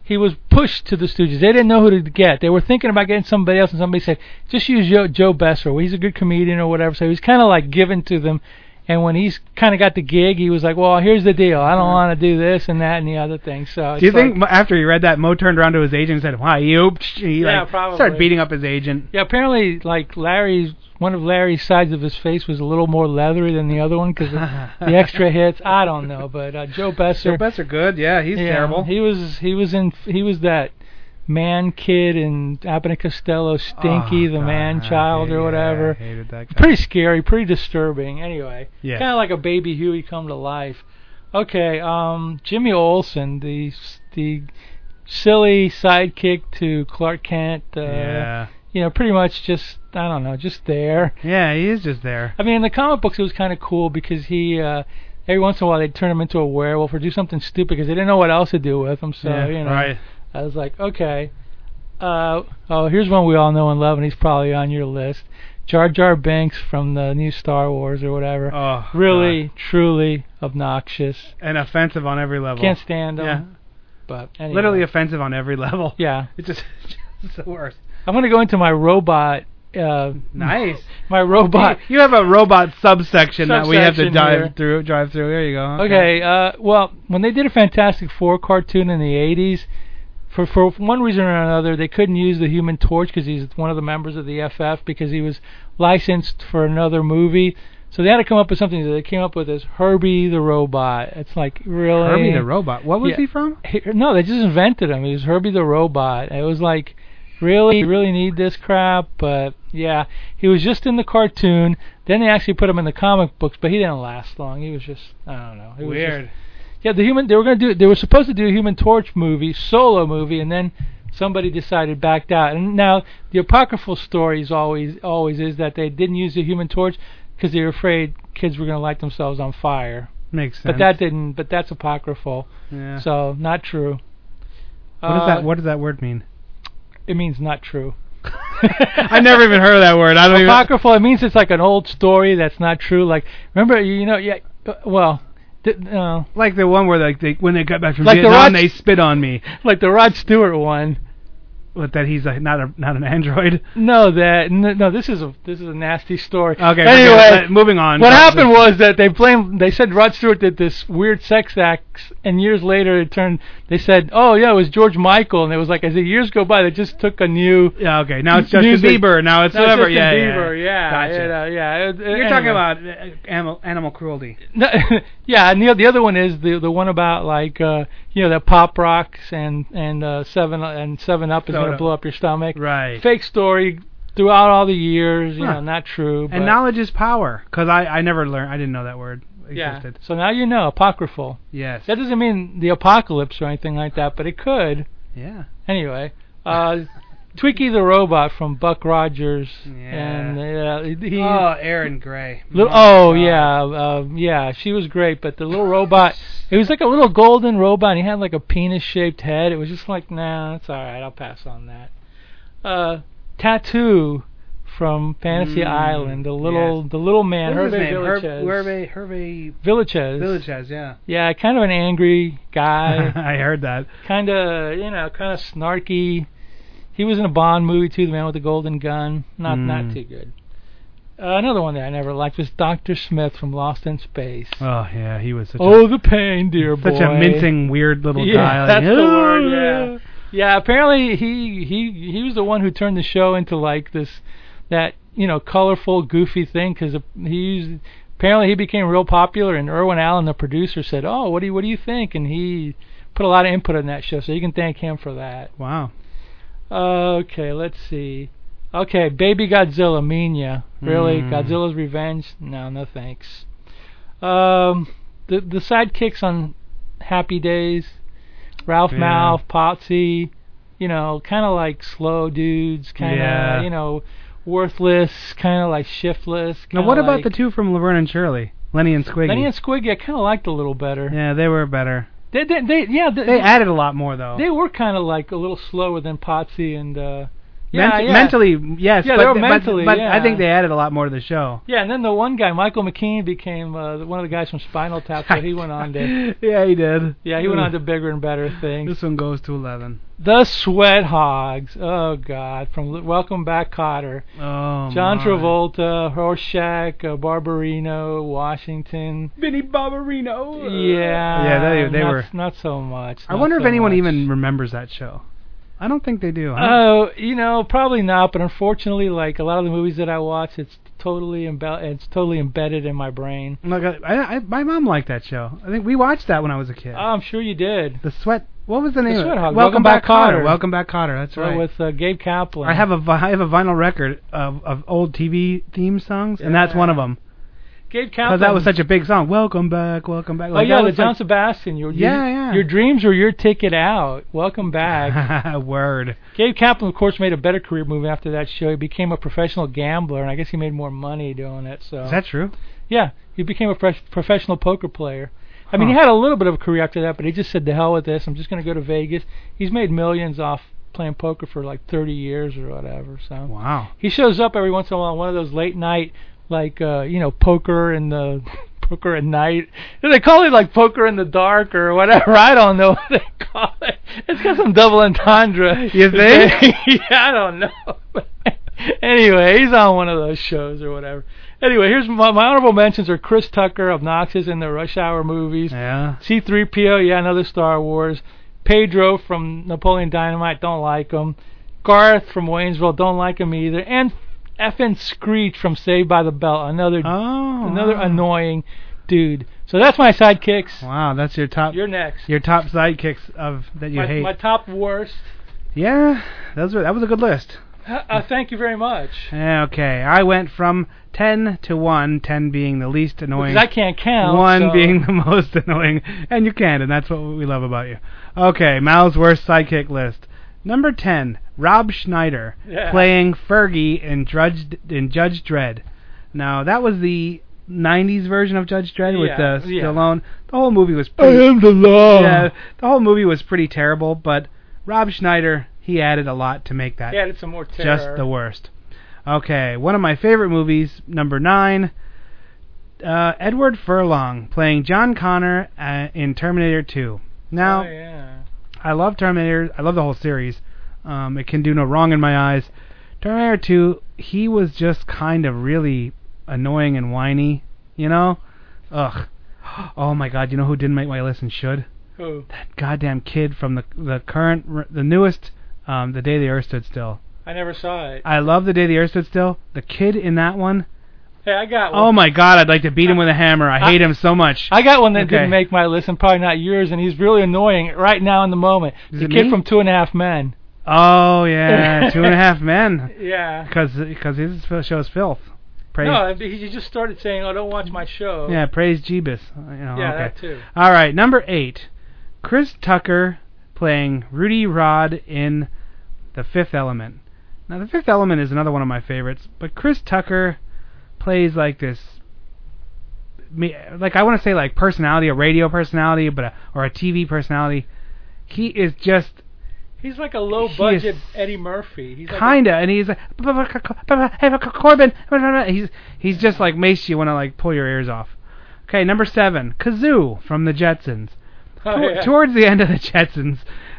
Speaker 2: He was pushed to the Stooges. They didn't know who to get. They were thinking about getting somebody else, and somebody said, "Just use Joe, Joe Besser. Well, he's a good comedian or whatever." So he was kind of like given to them. And when he's kind of got the gig, he was like, "Well, here's the deal. I don't want to do this and that and the other thing." So
Speaker 1: do you
Speaker 2: it's
Speaker 1: think
Speaker 2: like-
Speaker 1: Mo- after he read that, Mo turned around to his agent and said, "Why you?" *laughs* He
Speaker 2: Yeah,
Speaker 1: like
Speaker 2: probably.
Speaker 1: started beating up his agent.
Speaker 2: Yeah, apparently, like Larry's one of Larry's sides of his face was a little more leathery than the other one
Speaker 1: *laughs*
Speaker 2: because the extra hits. I don't know, but uh, Joe Besser.
Speaker 1: Joe Besser, good. Yeah, he's
Speaker 2: Yeah,
Speaker 1: terrible.
Speaker 2: He was he was in he was that man kid in Abbott and Costello, Stinky,
Speaker 1: Oh,
Speaker 2: the
Speaker 1: God,
Speaker 2: man
Speaker 1: I
Speaker 2: child
Speaker 1: hated-
Speaker 2: or whatever.
Speaker 1: I hated that guy.
Speaker 2: Pretty scary, pretty disturbing. Anyway,
Speaker 1: Yes.
Speaker 2: kind of like a baby Huey come to life. Okay, um, Jimmy Olsen, the s- the silly sidekick to Clark Kent. Uh,
Speaker 1: yeah,
Speaker 2: You know, pretty much just I don't know, just there.
Speaker 1: yeah, he is just there.
Speaker 2: I mean, in the comic books, it was kind of cool because he, uh, every once in a while, they'd turn him into a werewolf or do something stupid because they didn't know what else to do with him. So,
Speaker 1: yeah,
Speaker 2: you know,
Speaker 1: right.
Speaker 2: I was like, okay. Uh, oh, here's one we all know and love, and he's probably on your list Jar Jar Binks from the new Star Wars or whatever.
Speaker 1: Oh,
Speaker 2: really,
Speaker 1: God.
Speaker 2: truly obnoxious.
Speaker 1: and offensive on every level.
Speaker 2: Can't stand him.
Speaker 1: Yeah.
Speaker 2: But anyway.
Speaker 1: Literally offensive on every *laughs* level.
Speaker 2: Yeah.
Speaker 1: It's just, *laughs* it's the worst.
Speaker 2: I'm going to go into my robot. Uh,
Speaker 1: Nice.
Speaker 2: My robot.
Speaker 1: You have a robot subsection, that we have to
Speaker 2: Subsection
Speaker 1: dive
Speaker 2: here.
Speaker 1: through, drive through. There you go.
Speaker 2: Okay. Uh, well, when they did a Fantastic Four cartoon in the '80s, for for one reason or another, they couldn't use the Human Torch because he's one of the members of the FF because he was licensed for another movie. So they had to come up with something. So they came up with as Herbie the Robot. It's like really
Speaker 1: Herbie the robot. What was
Speaker 2: Yeah.
Speaker 1: he from?
Speaker 2: he- no, they just invented him. He was Herbie the Robot. It was like, really, you really need this crap. But yeah, he was just in the cartoon. Then they actually put him in the comic books, but he didn't last long. He was just, I don't know. It was just- yeah, the human. They were gonna do. They were supposed to do a Human Torch movie, solo movie, and then somebody decided backed out. And now the apocryphal story is always always is that they didn't use the Human Torch because they were afraid kids were gonna light themselves on fire.
Speaker 1: Makes sense.
Speaker 2: But that didn't. But that's apocryphal.
Speaker 1: Yeah.
Speaker 2: So not true. Uh,
Speaker 1: what does that? What does that word
Speaker 2: *laughs*
Speaker 1: mean?
Speaker 2: It means not true.
Speaker 1: *laughs* I
Speaker 2: *laughs*
Speaker 1: never even heard of that word. I don't even.
Speaker 2: Apocryphal. It means it's like an old story that's not true. Like remember, you know, yeah. uh, Well, th- uh,
Speaker 1: Like the one where like they when they got back from
Speaker 2: Like the
Speaker 1: Vietnam,
Speaker 2: Rod-
Speaker 1: they spit on me.
Speaker 2: like the Rod Stewart one.
Speaker 1: But that he's like not a not an
Speaker 2: *laughs*
Speaker 1: android.
Speaker 2: No, that no, no. This is a this is a nasty story.
Speaker 1: Okay.
Speaker 2: Anyway,
Speaker 1: but moving on.
Speaker 2: what happened was that they blamed. They said Rod Stewart did this weird sex act, and years later it turned. They said, "Oh yeah, it was George Michael," and it was like as the years go by, they just took a new.
Speaker 1: Yeah. Okay. Now it's Justin
Speaker 2: Music.
Speaker 1: Bieber. Now it's
Speaker 2: No,
Speaker 1: whatever.
Speaker 2: Justin
Speaker 1: yeah, yeah,
Speaker 2: Bieber, yeah,
Speaker 1: Gotcha.
Speaker 2: you know, yeah. it- it-
Speaker 1: You're
Speaker 2: anyway.
Speaker 1: talking about uh, animal animal cruelty.
Speaker 2: No, *laughs* yeah, and the the other one is the the one about like uh you know that pop rocks and and uh seven and seven up is
Speaker 1: Soda.
Speaker 2: gonna blow up your stomach.
Speaker 1: Right.
Speaker 2: Fake story throughout all the years, you
Speaker 1: Huh.
Speaker 2: know, not true.
Speaker 1: And
Speaker 2: but-
Speaker 1: knowledge is power. Cause I I never learned. I didn't know that word
Speaker 2: yeah.
Speaker 1: existed.
Speaker 2: So now you know apocryphal.
Speaker 1: Yes.
Speaker 2: That doesn't mean the apocalypse or anything like that, but it could.
Speaker 1: Yeah.
Speaker 2: Anyway,
Speaker 1: *laughs*
Speaker 2: uh, Tweaky the robot from Buck Rogers, and uh, he.
Speaker 1: Oh, Aaron Gray.
Speaker 2: Little, oh yeah, uh, yeah. She was great, but the little robot, it was like a little golden robot. And he had like a penis-shaped head. It was just like, nah, it's all right. I'll pass on that. uh, tattoo from Fantasy
Speaker 1: Mm,
Speaker 2: Island, the little the little man,
Speaker 1: What is
Speaker 2: Hervé
Speaker 1: his name? Herb-
Speaker 2: Villachez.
Speaker 1: Hervé, Hervé
Speaker 2: Villachez.
Speaker 1: Villachez, yeah.
Speaker 2: Yeah, kind of an angry guy.
Speaker 1: *laughs* I heard that.
Speaker 2: kind of you know kind of snarky. He was in a Bond movie too, The Man with the Golden Gun. Not
Speaker 1: Mm.
Speaker 2: not too good. Uh, another one that I never liked was Doctor Smith from Lost in Space.
Speaker 1: Oh yeah, he was such
Speaker 2: oh, the pain, dear
Speaker 1: a
Speaker 2: boy.
Speaker 1: such a mincing weird little
Speaker 2: yeah,
Speaker 1: guy. like,
Speaker 2: that's the
Speaker 1: "Oh,
Speaker 2: word. Yeah. yeah, apparently he he he was the one who turned the show into like this that you know colorful, goofy thing because he used. Apparently he became real popular, and Irwin Allen, the producer, said, "Oh, what do you what do you think?" And he put a lot of input on that show, so you can thank him for that.
Speaker 1: Wow.
Speaker 2: Okay, let's see. Okay, Baby Godzilla, mean ya. Really?
Speaker 1: Hmm.
Speaker 2: Godzilla's Revenge? No, no thanks. Um, the the sidekicks on Happy Days, Ralph
Speaker 1: Yeah.
Speaker 2: Mouth, Potsy, you know, kind of like slow dudes, kind of,
Speaker 1: Yeah.
Speaker 2: you know, worthless, kind of like shiftless.
Speaker 1: Now
Speaker 2: kinda
Speaker 1: what about
Speaker 2: like-
Speaker 1: the two from Laverne and Shirley? Lenny and Squiggy.
Speaker 2: Lenny and Squiggy? I kind of liked a little better.
Speaker 1: yeah, they were better.
Speaker 2: They, they, they, yeah, they,
Speaker 1: They added a lot more though.
Speaker 2: they were kind of like a little slower than Potsy and. uh yeah,
Speaker 1: Ment-
Speaker 2: yeah.
Speaker 1: Mentally, yes.
Speaker 2: Yeah,
Speaker 1: but,
Speaker 2: they were
Speaker 1: but-
Speaker 2: mentally,
Speaker 1: But
Speaker 2: yeah.
Speaker 1: I think they added a lot more to the show.
Speaker 2: Yeah, and then the one guy, Michael McKean, became uh, the- one of the guys from Spinal Tap, so he went
Speaker 1: *laughs*
Speaker 2: on to
Speaker 1: yeah, he did.
Speaker 2: yeah, he went on to bigger and better things.
Speaker 1: This one goes to eleven.
Speaker 2: The Sweat Hogs, oh God, from L- Welcome Back, Cotter,
Speaker 1: Oh,
Speaker 2: John
Speaker 1: my.
Speaker 2: Travolta, Rorschach, uh, Barbarino, Washington.
Speaker 1: Vinny Barbarino.
Speaker 2: Yeah,
Speaker 1: Yeah, they they
Speaker 2: not,
Speaker 1: were.
Speaker 2: not so much.
Speaker 1: I
Speaker 2: not
Speaker 1: wonder if
Speaker 2: so
Speaker 1: anyone
Speaker 2: much.
Speaker 1: even remembers that show. I don't think they do. huh?
Speaker 2: Oh, you know, probably not. But unfortunately, like a lot of the movies that I watch, it's totally imbe- it's totally embedded in my brain.
Speaker 1: Look, I, I, my mom liked that show. I think we watched that when I was a kid.
Speaker 2: Oh, I'm sure you did.
Speaker 1: the sweat. What was the name? of
Speaker 2: Sweat
Speaker 1: it? Welcome,
Speaker 2: Hog. Welcome
Speaker 1: back,
Speaker 2: Back
Speaker 1: Cotter.
Speaker 2: Cotter.
Speaker 1: Welcome back, Cotter. That's
Speaker 2: So
Speaker 1: right.
Speaker 2: With uh, Gabe Kaplan.
Speaker 1: I have a vi- I have a vinyl record of, of old TV theme songs, and that's one of them
Speaker 2: Gabe
Speaker 1: because
Speaker 2: Kaplan.
Speaker 1: that was such a big song. Welcome back, welcome back.
Speaker 2: Oh
Speaker 1: Like,
Speaker 2: yeah,
Speaker 1: that
Speaker 2: the
Speaker 1: was
Speaker 2: John Sebastian. Your, your-
Speaker 1: Yeah, yeah.
Speaker 2: Your dreams were your ticket out. Welcome
Speaker 1: *laughs*
Speaker 2: back.
Speaker 1: like, word.
Speaker 2: Gabe Kaplan, of course, made a better career move after that show. He became a professional gambler, and I guess he made more money doing it. So
Speaker 1: Is that true?
Speaker 2: yeah, he became a prof- professional poker player. I mean, he
Speaker 1: Huh.
Speaker 2: had a little bit of a career after that, but he just said, "The hell with this! I'm just going to go to Vegas." He's made millions off playing poker for like 30 years or whatever. So
Speaker 1: Wow.
Speaker 2: he shows up every once in a while on one of those late night like uh you know poker and the *laughs* poker at night they call it like poker in the dark or whatever i don't know what they call it it's got some double entendre *laughs*
Speaker 1: You think?
Speaker 2: yeah i don't know *laughs* anyway he's on one of those shows or whatever anyway here's my, my honorable mentions are chris tucker obnoxious in the rush hour movies
Speaker 1: Yeah.
Speaker 2: C3PO, yeah, another Star Wars. Pedro from Napoleon Dynamite, don't like him. Garth from Waynesville, don't like him either. And effing Screech from Saved by the Bell, another
Speaker 1: Oh.
Speaker 2: another
Speaker 1: wow.
Speaker 2: annoying dude. So that's my sidekicks.
Speaker 1: Wow, that's your top
Speaker 2: You're next.
Speaker 1: your top sidekicks of that you
Speaker 2: my,
Speaker 1: hate.
Speaker 2: my top worst.
Speaker 1: Yeah, those were that was a good list.
Speaker 2: Uh, uh, thank you very much.
Speaker 1: Okay, I went from ten to one, ten being the least annoying.
Speaker 2: Because I can't count.
Speaker 1: One
Speaker 2: so-
Speaker 1: being the *laughs* most annoying, and you can, and that's what we love about you. Okay, Mal's worst sidekick list. Number ten, Rob Schneider
Speaker 2: Yeah.
Speaker 1: playing Fergie in Judge in Judge Dredd. Now that was the '90s version of Judge Dredd with
Speaker 2: Yeah,
Speaker 1: uh,
Speaker 2: yeah.
Speaker 1: Stallone. The whole movie was
Speaker 2: I
Speaker 1: pretty.
Speaker 2: am the law.
Speaker 1: yeah, the whole movie was pretty terrible, but Rob Schneider he added a lot to make that
Speaker 2: He added some more terror.
Speaker 1: just the worst. Okay, one of my favorite movies, number nine. Uh, Edward Furlong playing John Connor uh, in Terminator 2. Now,
Speaker 2: Oh, yeah.
Speaker 1: I love Terminator. I love the whole series. Um, it can do no wrong in my eyes. Terminator 2, he was just kind of really annoying and whiny, you know? Ugh. *gasps* Oh my god, you know who didn't make my list and should?
Speaker 2: Oh,
Speaker 1: That goddamn kid from the the current, the newest, um, The Day the Earth Stood Still.
Speaker 2: I never saw it.
Speaker 1: I love the day the earth stood still. The kid in that one,
Speaker 2: Hey, I got one.
Speaker 1: oh my god, I'd like to beat him with a hammer. I hate him so much.
Speaker 2: I got one that
Speaker 1: Okay.
Speaker 2: didn't make my list, and probably not yours, and he's really annoying right now in the moment.
Speaker 1: Is
Speaker 2: the
Speaker 1: it
Speaker 2: kid
Speaker 1: me?
Speaker 2: from Two and a Half Men. *laughs*
Speaker 1: Oh yeah, two and a half men,
Speaker 2: Yeah.
Speaker 1: because because his f- show's filth. Praise,
Speaker 2: No, I mean, he just started saying, "Oh, don't watch my show."
Speaker 1: yeah, praise Jeebus. You know,
Speaker 2: Yeah,
Speaker 1: okay.
Speaker 2: that too.
Speaker 1: All right, number eight, Chris Tucker playing Rudy Rod in The Fifth Element. Now, The Fifth Element is another one of my favorites, but Chris Tucker plays like this, me- like I want to say like personality, a radio personality, but a, or a TV personality. He is just
Speaker 2: He's like a low budget Eddie Murphy. He's like
Speaker 1: Kinda, and he's like, "Blah, blah, Cor- blah, blah, hey, blah, Cor- Corbin. blah, blah, blah." He's he's just like makes you want to like pull your ears off. Okay, number seven, Kazoo from the Jetsons.
Speaker 2: a, *laughs* oh,
Speaker 1: Tor-
Speaker 2: *laughs* yeah.
Speaker 1: Towards the end of the Jetsons,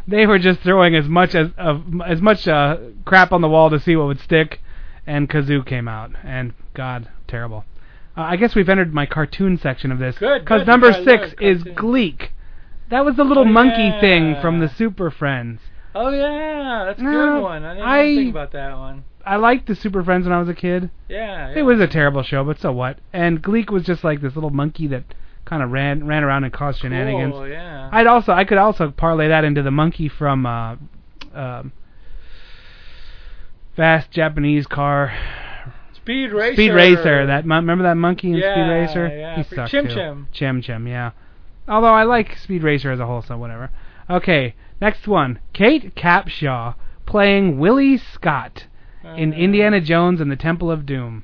Speaker 1: they were just throwing as much as of as much uh, crap on the wall to see what would stick, and Kazoo came out, and God, terrible. Uh, I guess we've entered my cartoon section of this
Speaker 2: Good,
Speaker 1: because
Speaker 2: good,
Speaker 1: number
Speaker 2: yeah, I
Speaker 1: six
Speaker 2: love
Speaker 1: is
Speaker 2: cartoons.
Speaker 1: Gleek. That was the little
Speaker 2: Oh,
Speaker 1: monkey thing
Speaker 2: yeah.
Speaker 1: from the Super Friends.
Speaker 2: oh yeah, that's a
Speaker 1: No,
Speaker 2: good one. I didn't
Speaker 1: I-
Speaker 2: even think about that one.
Speaker 1: I liked the Super Friends when I was a kid.
Speaker 2: Yeah, yeah.
Speaker 1: It was a terrible show, but so what? And Gleek was just like this little monkey that kind of ran ran around and caused shenanigans.
Speaker 2: Cool, yeah.
Speaker 1: I'd also I could also parlay that into the monkey from uh, um, Fast Japanese Car
Speaker 2: Speed Racer.
Speaker 1: Speed Racer. That mon- remember that monkey in Speed
Speaker 2: Yeah,
Speaker 1: Racer?
Speaker 2: yeah,
Speaker 1: he
Speaker 2: for-
Speaker 1: sucked
Speaker 2: Chim
Speaker 1: too.
Speaker 2: Chim.
Speaker 1: Chim Chim, yeah. Although I like Speed Racer as a whole, so whatever. Okay, next one. Kate Capshaw playing Willie Scott in
Speaker 2: Uh,
Speaker 1: Indiana Jones and the Temple of Doom.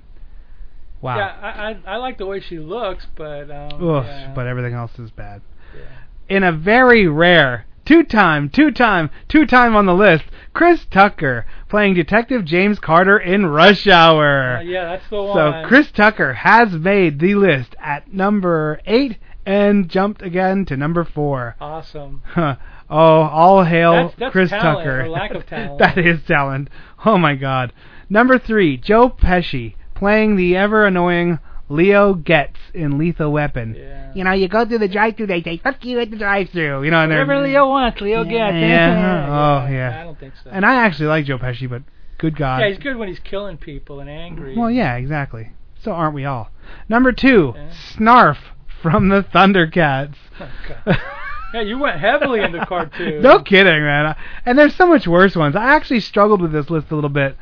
Speaker 1: Wow.
Speaker 2: Yeah, I, I I like the way she looks, but um.
Speaker 1: Ugh,
Speaker 2: yeah.
Speaker 1: but everything else is bad.
Speaker 2: Yeah.
Speaker 1: In a very rare two-time, two-time, two-time on the list, Chris Tucker playing Detective James Carter in Rush Hour.
Speaker 2: Uh, yeah, that's the
Speaker 1: so
Speaker 2: one.
Speaker 1: Chris Tucker has made the list at number eight and jumped again to number four. *laughs*
Speaker 2: Awesome.
Speaker 1: Huh. oh, all hail
Speaker 2: That's- that's
Speaker 1: Chris
Speaker 2: talent,
Speaker 1: Tucker.
Speaker 2: or lack of
Speaker 1: *laughs*
Speaker 2: talent.
Speaker 1: that is talent. Oh my God. Number three, Joe Pesci playing the ever annoying Leo Getz in Lethal Weapon
Speaker 2: Yeah.
Speaker 1: you know, you go through the drive-through, they say "fuck you" at the drive-through, you know. And, they're-
Speaker 2: Whatever Leo wants, Leo
Speaker 1: Yeah,
Speaker 2: gets. eh?
Speaker 1: yeah. Oh, yeah.
Speaker 2: I don't think so.
Speaker 1: and I actually like Joe Pesci, but good God,
Speaker 2: yeah, he's good when he's killing people and angry.
Speaker 1: well, yeah, exactly. So aren't we all? Number two,
Speaker 2: Yeah.
Speaker 1: Snarf from the Thundercats.
Speaker 2: Oh, God. *laughs* yeah, you went heavily into
Speaker 1: *laughs*
Speaker 2: cartoons.
Speaker 1: no kidding, man. And there's so much worse ones. I actually struggled with this list a little bit,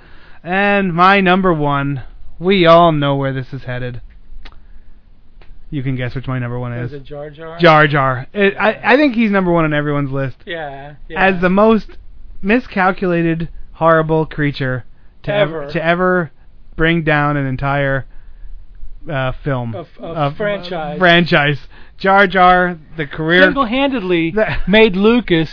Speaker 1: and my number one. We all know where this is headed. You can guess which my number one
Speaker 2: Is
Speaker 1: is.
Speaker 2: it Jar Jar?
Speaker 1: Jar Jar. It, I, I think he's number one on everyone's list.
Speaker 2: Yeah. yeah.
Speaker 1: as the most miscalculated, horrible creature to ever,
Speaker 2: Ever.
Speaker 1: to ever bring down an entire uh, film
Speaker 2: Of- of
Speaker 1: uh,
Speaker 2: franchise.
Speaker 1: franchise. Jar Jar, the career. *laughs*
Speaker 2: single-handedly
Speaker 1: The-
Speaker 2: made Lucas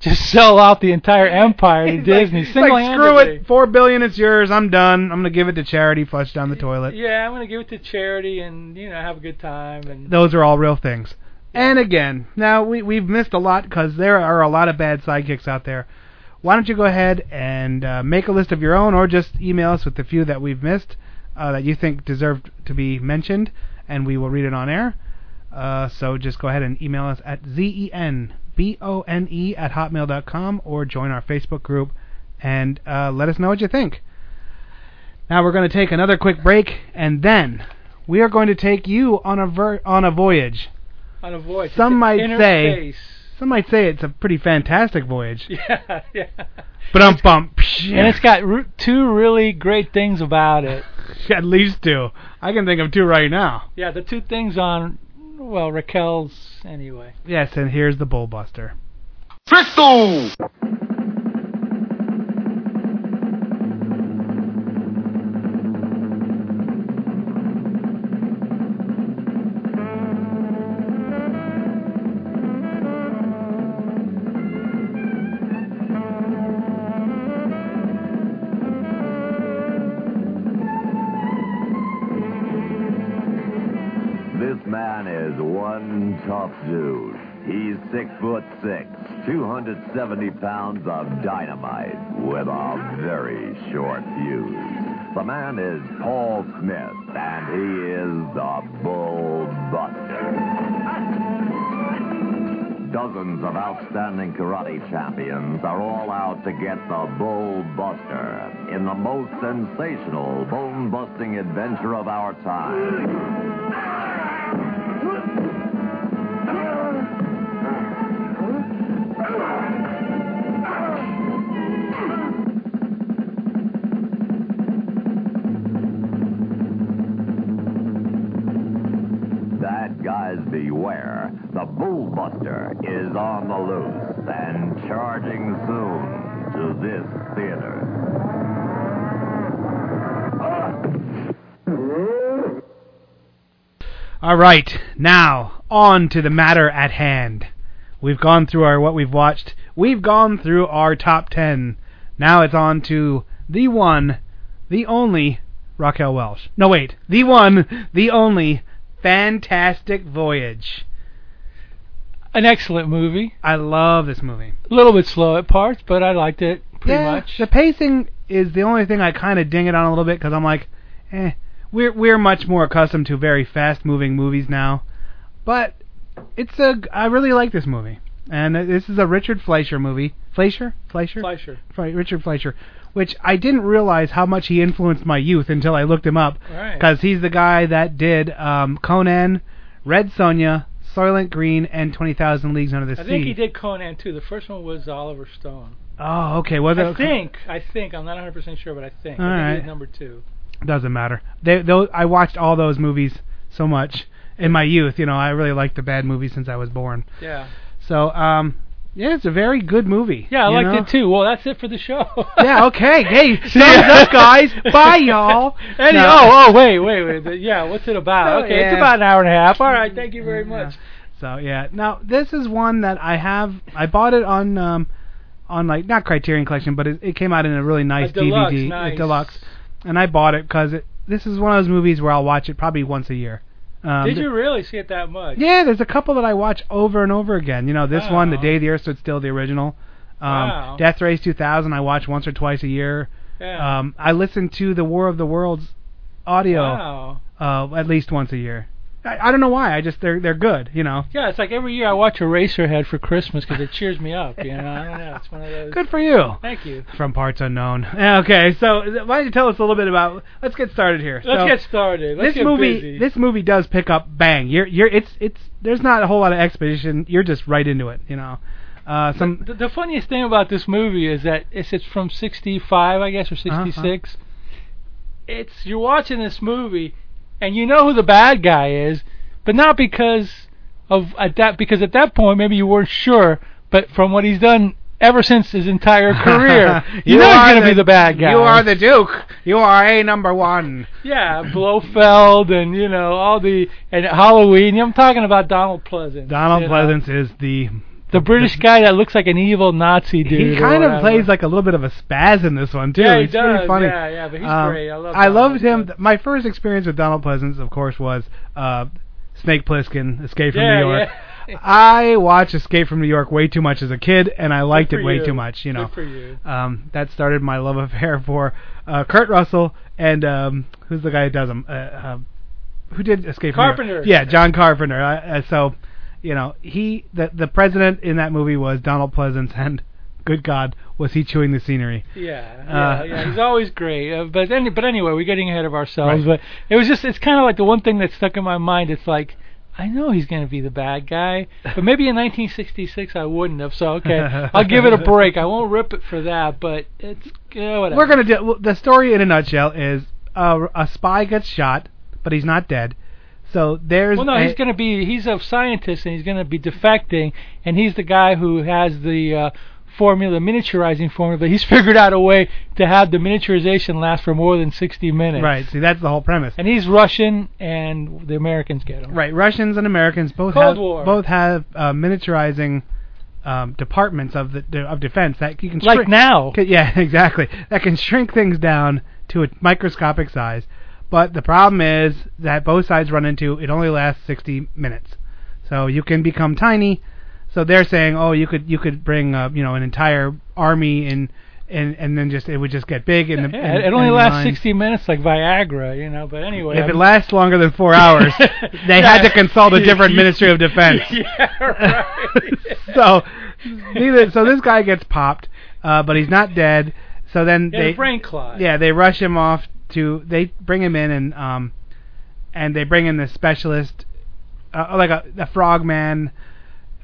Speaker 2: just sell out the entire empire to
Speaker 1: He's *laughs* like-
Speaker 2: Disney.
Speaker 1: he's like,
Speaker 2: single-handedly.
Speaker 1: screw it, four billion, it's yours. I'm done. I'm gonna give it to charity. Flush down the toilet.
Speaker 2: Yeah, I'm gonna give it to charity and you know have a good time and
Speaker 1: Those are all real things. And again, now we we've missed a lot because there are a lot of bad sidekicks out there. Why don't you go ahead and uh, make a list of your own, or just email us with the few that we've missed uh, that you think deserved to be mentioned, and we will read it on air. Uh, so just go ahead and email us at E zenbone E at hotmail dot com, or join our Facebook group and uh, let us know what you think. Now we're going to take another quick break, and then we are going to take you on a ver- on a voyage.
Speaker 2: on a voice. It's
Speaker 1: Some
Speaker 2: an
Speaker 1: might
Speaker 2: inner
Speaker 1: say-
Speaker 2: space. *laughs*
Speaker 1: Some might say it's a pretty fantastic voyage.
Speaker 2: Yeah, yeah.
Speaker 1: But um bump.
Speaker 2: And it's got re- two really great things about it.
Speaker 1: at least two. I can think of two right now.
Speaker 2: Yeah, the two things on well Raquel's anyway.
Speaker 1: Yes, and here's the bull buster.
Speaker 6: This man is one tough dude. He's six foot six, 270 pounds of dynamite with a very short fuse. The man is Paul Smith, and he is the Bull Buster. Dozens of outstanding karate champions are all out to get the Bull Buster in the most sensational bone busting adventure of our time. That guys beware. The Bullbuster is on the loose and charging soon to this theater.
Speaker 1: All right, now on to the matter at hand. We've gone through our what we've watched. We've gone through our top 10. Now it's on to the one, the only Raquel Welch. No, wait. The one, the only Fantastic Voyage.
Speaker 2: An excellent movie.
Speaker 1: I love this movie.
Speaker 2: A little bit slow at parts, but I liked it pretty
Speaker 1: yeah,
Speaker 2: much.
Speaker 1: The pacing is the only thing I kind of ding it on a little bit because I'm like, eh, we're we're much more accustomed to very fast moving movies now, but it's a I really like this movie, and this is a Richard Fleischer movie. Fleischer, Fleischer,
Speaker 2: Fleischer.
Speaker 1: Fle- Richard Fleischer, which I didn't realize how much he influenced my youth until I looked him up
Speaker 2: Right.
Speaker 1: because he's the guy that did um, Conan, Red Sonja, Soylent Green, and Twenty Thousand Leagues Under the
Speaker 2: I
Speaker 1: Sea.
Speaker 2: think he did Conan too. The first one was Oliver Stone.
Speaker 1: Oh, okay. Was
Speaker 2: I
Speaker 1: it
Speaker 2: think. I think. I'm not 100 percent sure, but I think.
Speaker 1: All
Speaker 2: I think he
Speaker 1: right.
Speaker 2: was number two.
Speaker 1: doesn't matter. They, those, I watched all those movies so much in my youth. You know, I really liked the bad movies since I was born.
Speaker 2: Yeah.
Speaker 1: So, um, yeah, it's a very good movie.
Speaker 2: Yeah, I
Speaker 1: you
Speaker 2: liked
Speaker 1: know?
Speaker 2: it too. Well, that's it for the show.
Speaker 1: *laughs* Yeah,
Speaker 2: *laughs*
Speaker 1: okay. Hey, thumbs up, guys. Bye, y'all.
Speaker 2: Any,
Speaker 1: No. *laughs*
Speaker 2: Oh, oh, wait, wait, wait. But yeah, what's it about?
Speaker 1: Oh,
Speaker 2: okay, it's
Speaker 1: yeah.
Speaker 2: about an hour and a half. All right, thank you very much.
Speaker 1: So yeah, now this is one that I have. I bought it on um, on like not Criterion Collection, but it, it came out in a really nice
Speaker 2: A deluxe,
Speaker 1: DVD, a
Speaker 2: nice.
Speaker 1: deluxe, and I bought it because it, this is one of those movies where I'll watch it probably once a year. Um,
Speaker 2: Did you really see it that much?
Speaker 1: Yeah, there's a couple that I watch over and over again. You know, this one, The
Speaker 2: Wow.
Speaker 1: Day the Earth Stood Still, the original. Um,
Speaker 2: Wow.
Speaker 1: Death Race 2000, I watch once or twice a year.
Speaker 2: Yeah.
Speaker 1: Um, I listen to the War of the Worlds audio
Speaker 2: wow.
Speaker 1: uh, at least once a year. I, I don't know why. I just they're they're good. You know,
Speaker 2: Yeah, it's like every year I watch Eraserhead for Christmas because it cheers me up. You know, I don't know. It's one of those.
Speaker 1: good for you.
Speaker 2: Thank you.
Speaker 1: From parts unknown. *laughs* Yeah, Okay, so why don't you tell us a little bit about? Let's get started here.
Speaker 2: Let's
Speaker 1: So-
Speaker 2: get started. Let's
Speaker 1: this
Speaker 2: get
Speaker 1: movie
Speaker 2: busy.
Speaker 1: this movie does pick up bang. You're you're it's it's there's not a whole lot of exposition. You're just right into it, you know. Uh some
Speaker 2: The, the funniest thing about this movie is that it's, it's from 65, I guess, or
Speaker 1: Uh-huh.
Speaker 2: 66. It's you're watching this movie, and you know who the bad guy is, but not because of at that because at that point maybe you weren't sure, but from what he's done ever since his
Speaker 1: *laughs*
Speaker 2: entire *laughs* career, you, know
Speaker 1: are
Speaker 2: he's gonna be the bad guy.
Speaker 1: You are the Duke. You are a number one.
Speaker 2: yeah Blofeld and you know all the and Halloween. I'm talking about Donald Pleasant.
Speaker 1: Donald
Speaker 2: you know,
Speaker 1: Pleasance is the
Speaker 2: the British guy that looks like an evil Nazi dude.
Speaker 1: he
Speaker 2: or
Speaker 1: kind of
Speaker 2: whatever.
Speaker 1: plays like a little bit of a spaz in this one too.
Speaker 2: Yeah, he
Speaker 1: it's pretty
Speaker 2: does.
Speaker 1: funny.
Speaker 2: Yeah, yeah, but he's
Speaker 1: Um,
Speaker 2: great. I love.
Speaker 1: I
Speaker 2: Donald
Speaker 1: loved him.
Speaker 2: Pleasance.
Speaker 1: My first experience with Donald Pleasance, of course, was uh, Snake Plissken, Escape from
Speaker 2: Yeah,
Speaker 1: New
Speaker 2: *laughs*
Speaker 1: York.
Speaker 2: yeah.
Speaker 1: I watched Escape from New York way too much as a kid, and I liked
Speaker 2: for
Speaker 1: it way
Speaker 2: you.
Speaker 1: too much. You know,
Speaker 2: Good for you.
Speaker 1: Um, that started my love *laughs* affair for uh, Kurt Russell and um, who's the guy who does him? Uh, uh, who did Escape from New
Speaker 2: Carpenter.
Speaker 1: York? Yeah, John Carpenter. I, uh, so, you know, he the the president in that movie was Donald Pleasance, *laughs* and good God, was he chewing the scenery?
Speaker 2: Yeah, yeah,
Speaker 1: Uh,
Speaker 2: yeah. He's always great. Uh, but any, but anyway, we're getting ahead of ourselves. But it was just, it's kind of like the one thing that stuck in my mind. It's like, I know he's going to be the bad guy, but maybe in 1966 I wouldn't have.
Speaker 1: *laughs*
Speaker 2: So okay, I'll give it a break. I won't rip it for that. But it's yeah, whatever.
Speaker 1: We're gonna do the story in a nutshell is uh, a spy gets shot, but he's not dead. So there's
Speaker 2: Well, no,
Speaker 1: a-
Speaker 2: he's going to be. He's a scientist, and he's going to be defecting. And he's the guy who has the uh, formula, miniaturizing formula. But he's *laughs* figured out a way to have the miniaturization last for more than 60 minutes.
Speaker 1: right. See, that's the whole premise.
Speaker 2: And he's Russian, and the Americans get him.
Speaker 1: Right, Russians and Americans both
Speaker 2: Cold
Speaker 1: have
Speaker 2: War.
Speaker 1: both have uh, miniaturizing um, departments of the of defense that you can
Speaker 2: Like
Speaker 1: shrink-
Speaker 2: now.
Speaker 1: ca- *laughs* yeah, exactly. That can shrink things down to a microscopic size. But the problem is that both sides run into it only lasts 60 minutes. So you can become tiny. So they're saying, "Oh, you could you could bring uh, you know an entire army in and and then just it would just get big and the
Speaker 2: Yeah,
Speaker 1: and-
Speaker 2: it only
Speaker 1: and
Speaker 2: lasts
Speaker 1: lines-
Speaker 2: 60 minutes, like Viagra, you know. But anyway,
Speaker 1: if
Speaker 2: I'm-
Speaker 1: it lasts longer than four
Speaker 2: *laughs*
Speaker 1: hours, they had to consult a different Ministry of Defense.
Speaker 2: yeah,
Speaker 1: *laughs*
Speaker 2: right.
Speaker 1: so neither so this guy gets popped, uh, but he's not dead. So then
Speaker 2: yeah,
Speaker 1: they
Speaker 2: the brain clot.
Speaker 1: yeah they rush him off to they bring him in and um and they bring in this specialist uh, like a, a frog man.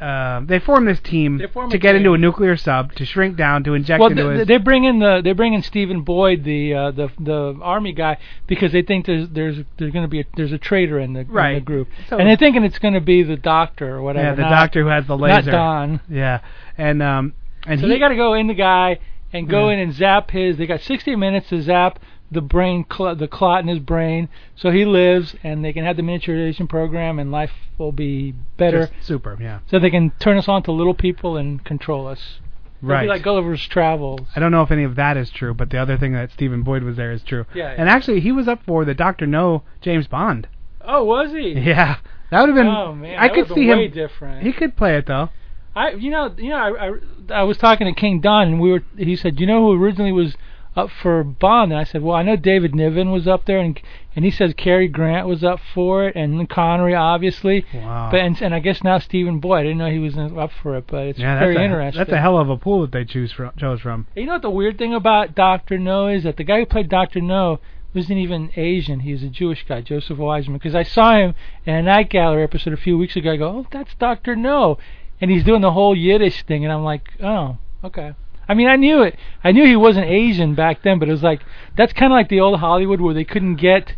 Speaker 1: Uh, they form this team
Speaker 2: They form a
Speaker 1: to get into
Speaker 2: team.
Speaker 1: a nuclear sub to shrink down to inject
Speaker 2: Well,
Speaker 1: into
Speaker 2: th-
Speaker 1: his.
Speaker 2: they bring in the they bring in Stephen Boyd, the uh, the the army guy, because they think there's there's there's going to be a, there's a traitor in the, in the
Speaker 1: Right.
Speaker 2: group,
Speaker 1: So-
Speaker 2: and they're thinking it's going to be the doctor or whatever.
Speaker 1: yeah, the
Speaker 2: not-
Speaker 1: doctor who has the laser.
Speaker 2: not Don.
Speaker 1: Yeah, and um and
Speaker 2: So
Speaker 1: he
Speaker 2: they got to go in the guy and go
Speaker 1: Yeah.
Speaker 2: in and zap his. They got 60 minutes to zap the brain cl- the clot in his brain, so he lives, and they can have the miniaturization program, and life will be better.
Speaker 1: Just super, yeah.
Speaker 2: so they can turn us on to little people and control us. It'll
Speaker 1: Right.
Speaker 2: Be like Gulliver's Travels.
Speaker 1: I don't know if any of that is true, but the other thing that Stephen Boyd was there is true.
Speaker 2: Yeah,
Speaker 1: And actually, he was up for the Doctor No James Bond.
Speaker 2: *laughs* Oh, was he?
Speaker 1: Yeah, that would have been.
Speaker 2: Oh man,
Speaker 1: I
Speaker 2: that
Speaker 1: could
Speaker 2: would've
Speaker 1: see
Speaker 2: been way
Speaker 1: him.
Speaker 2: different.
Speaker 1: He could play it
Speaker 2: *laughs*
Speaker 1: though.
Speaker 2: I, you know, you know, I, I, I was talking to King Don, and we were. He said, you know, who originally was up for Bond, and I said, well, I know David Niven was up there, and and he said Cary Grant was up for it, and Connery obviously.
Speaker 1: Wow.
Speaker 2: But and, and I guess now Stephen Boyd. I didn't know he was in- up for it, but it's
Speaker 1: yeah, that's
Speaker 2: very
Speaker 1: a,
Speaker 2: interesting.
Speaker 1: That's a hell of a pool that they choose from, chose from.
Speaker 2: You know what the weird thing about Doctor No is that the guy who played Doctor No wasn't even Asian. He was a Jewish guy, Joseph Wiseman. Because I saw him in a Night Gallery episode a few weeks ago. I go, oh, that's Doctor No, and he's doing the whole Yiddish thing, and I'm like, oh, okay. I mean, I knew it. I knew he wasn't Asian back then, but it was like that's kind of like the old Hollywood where they couldn't get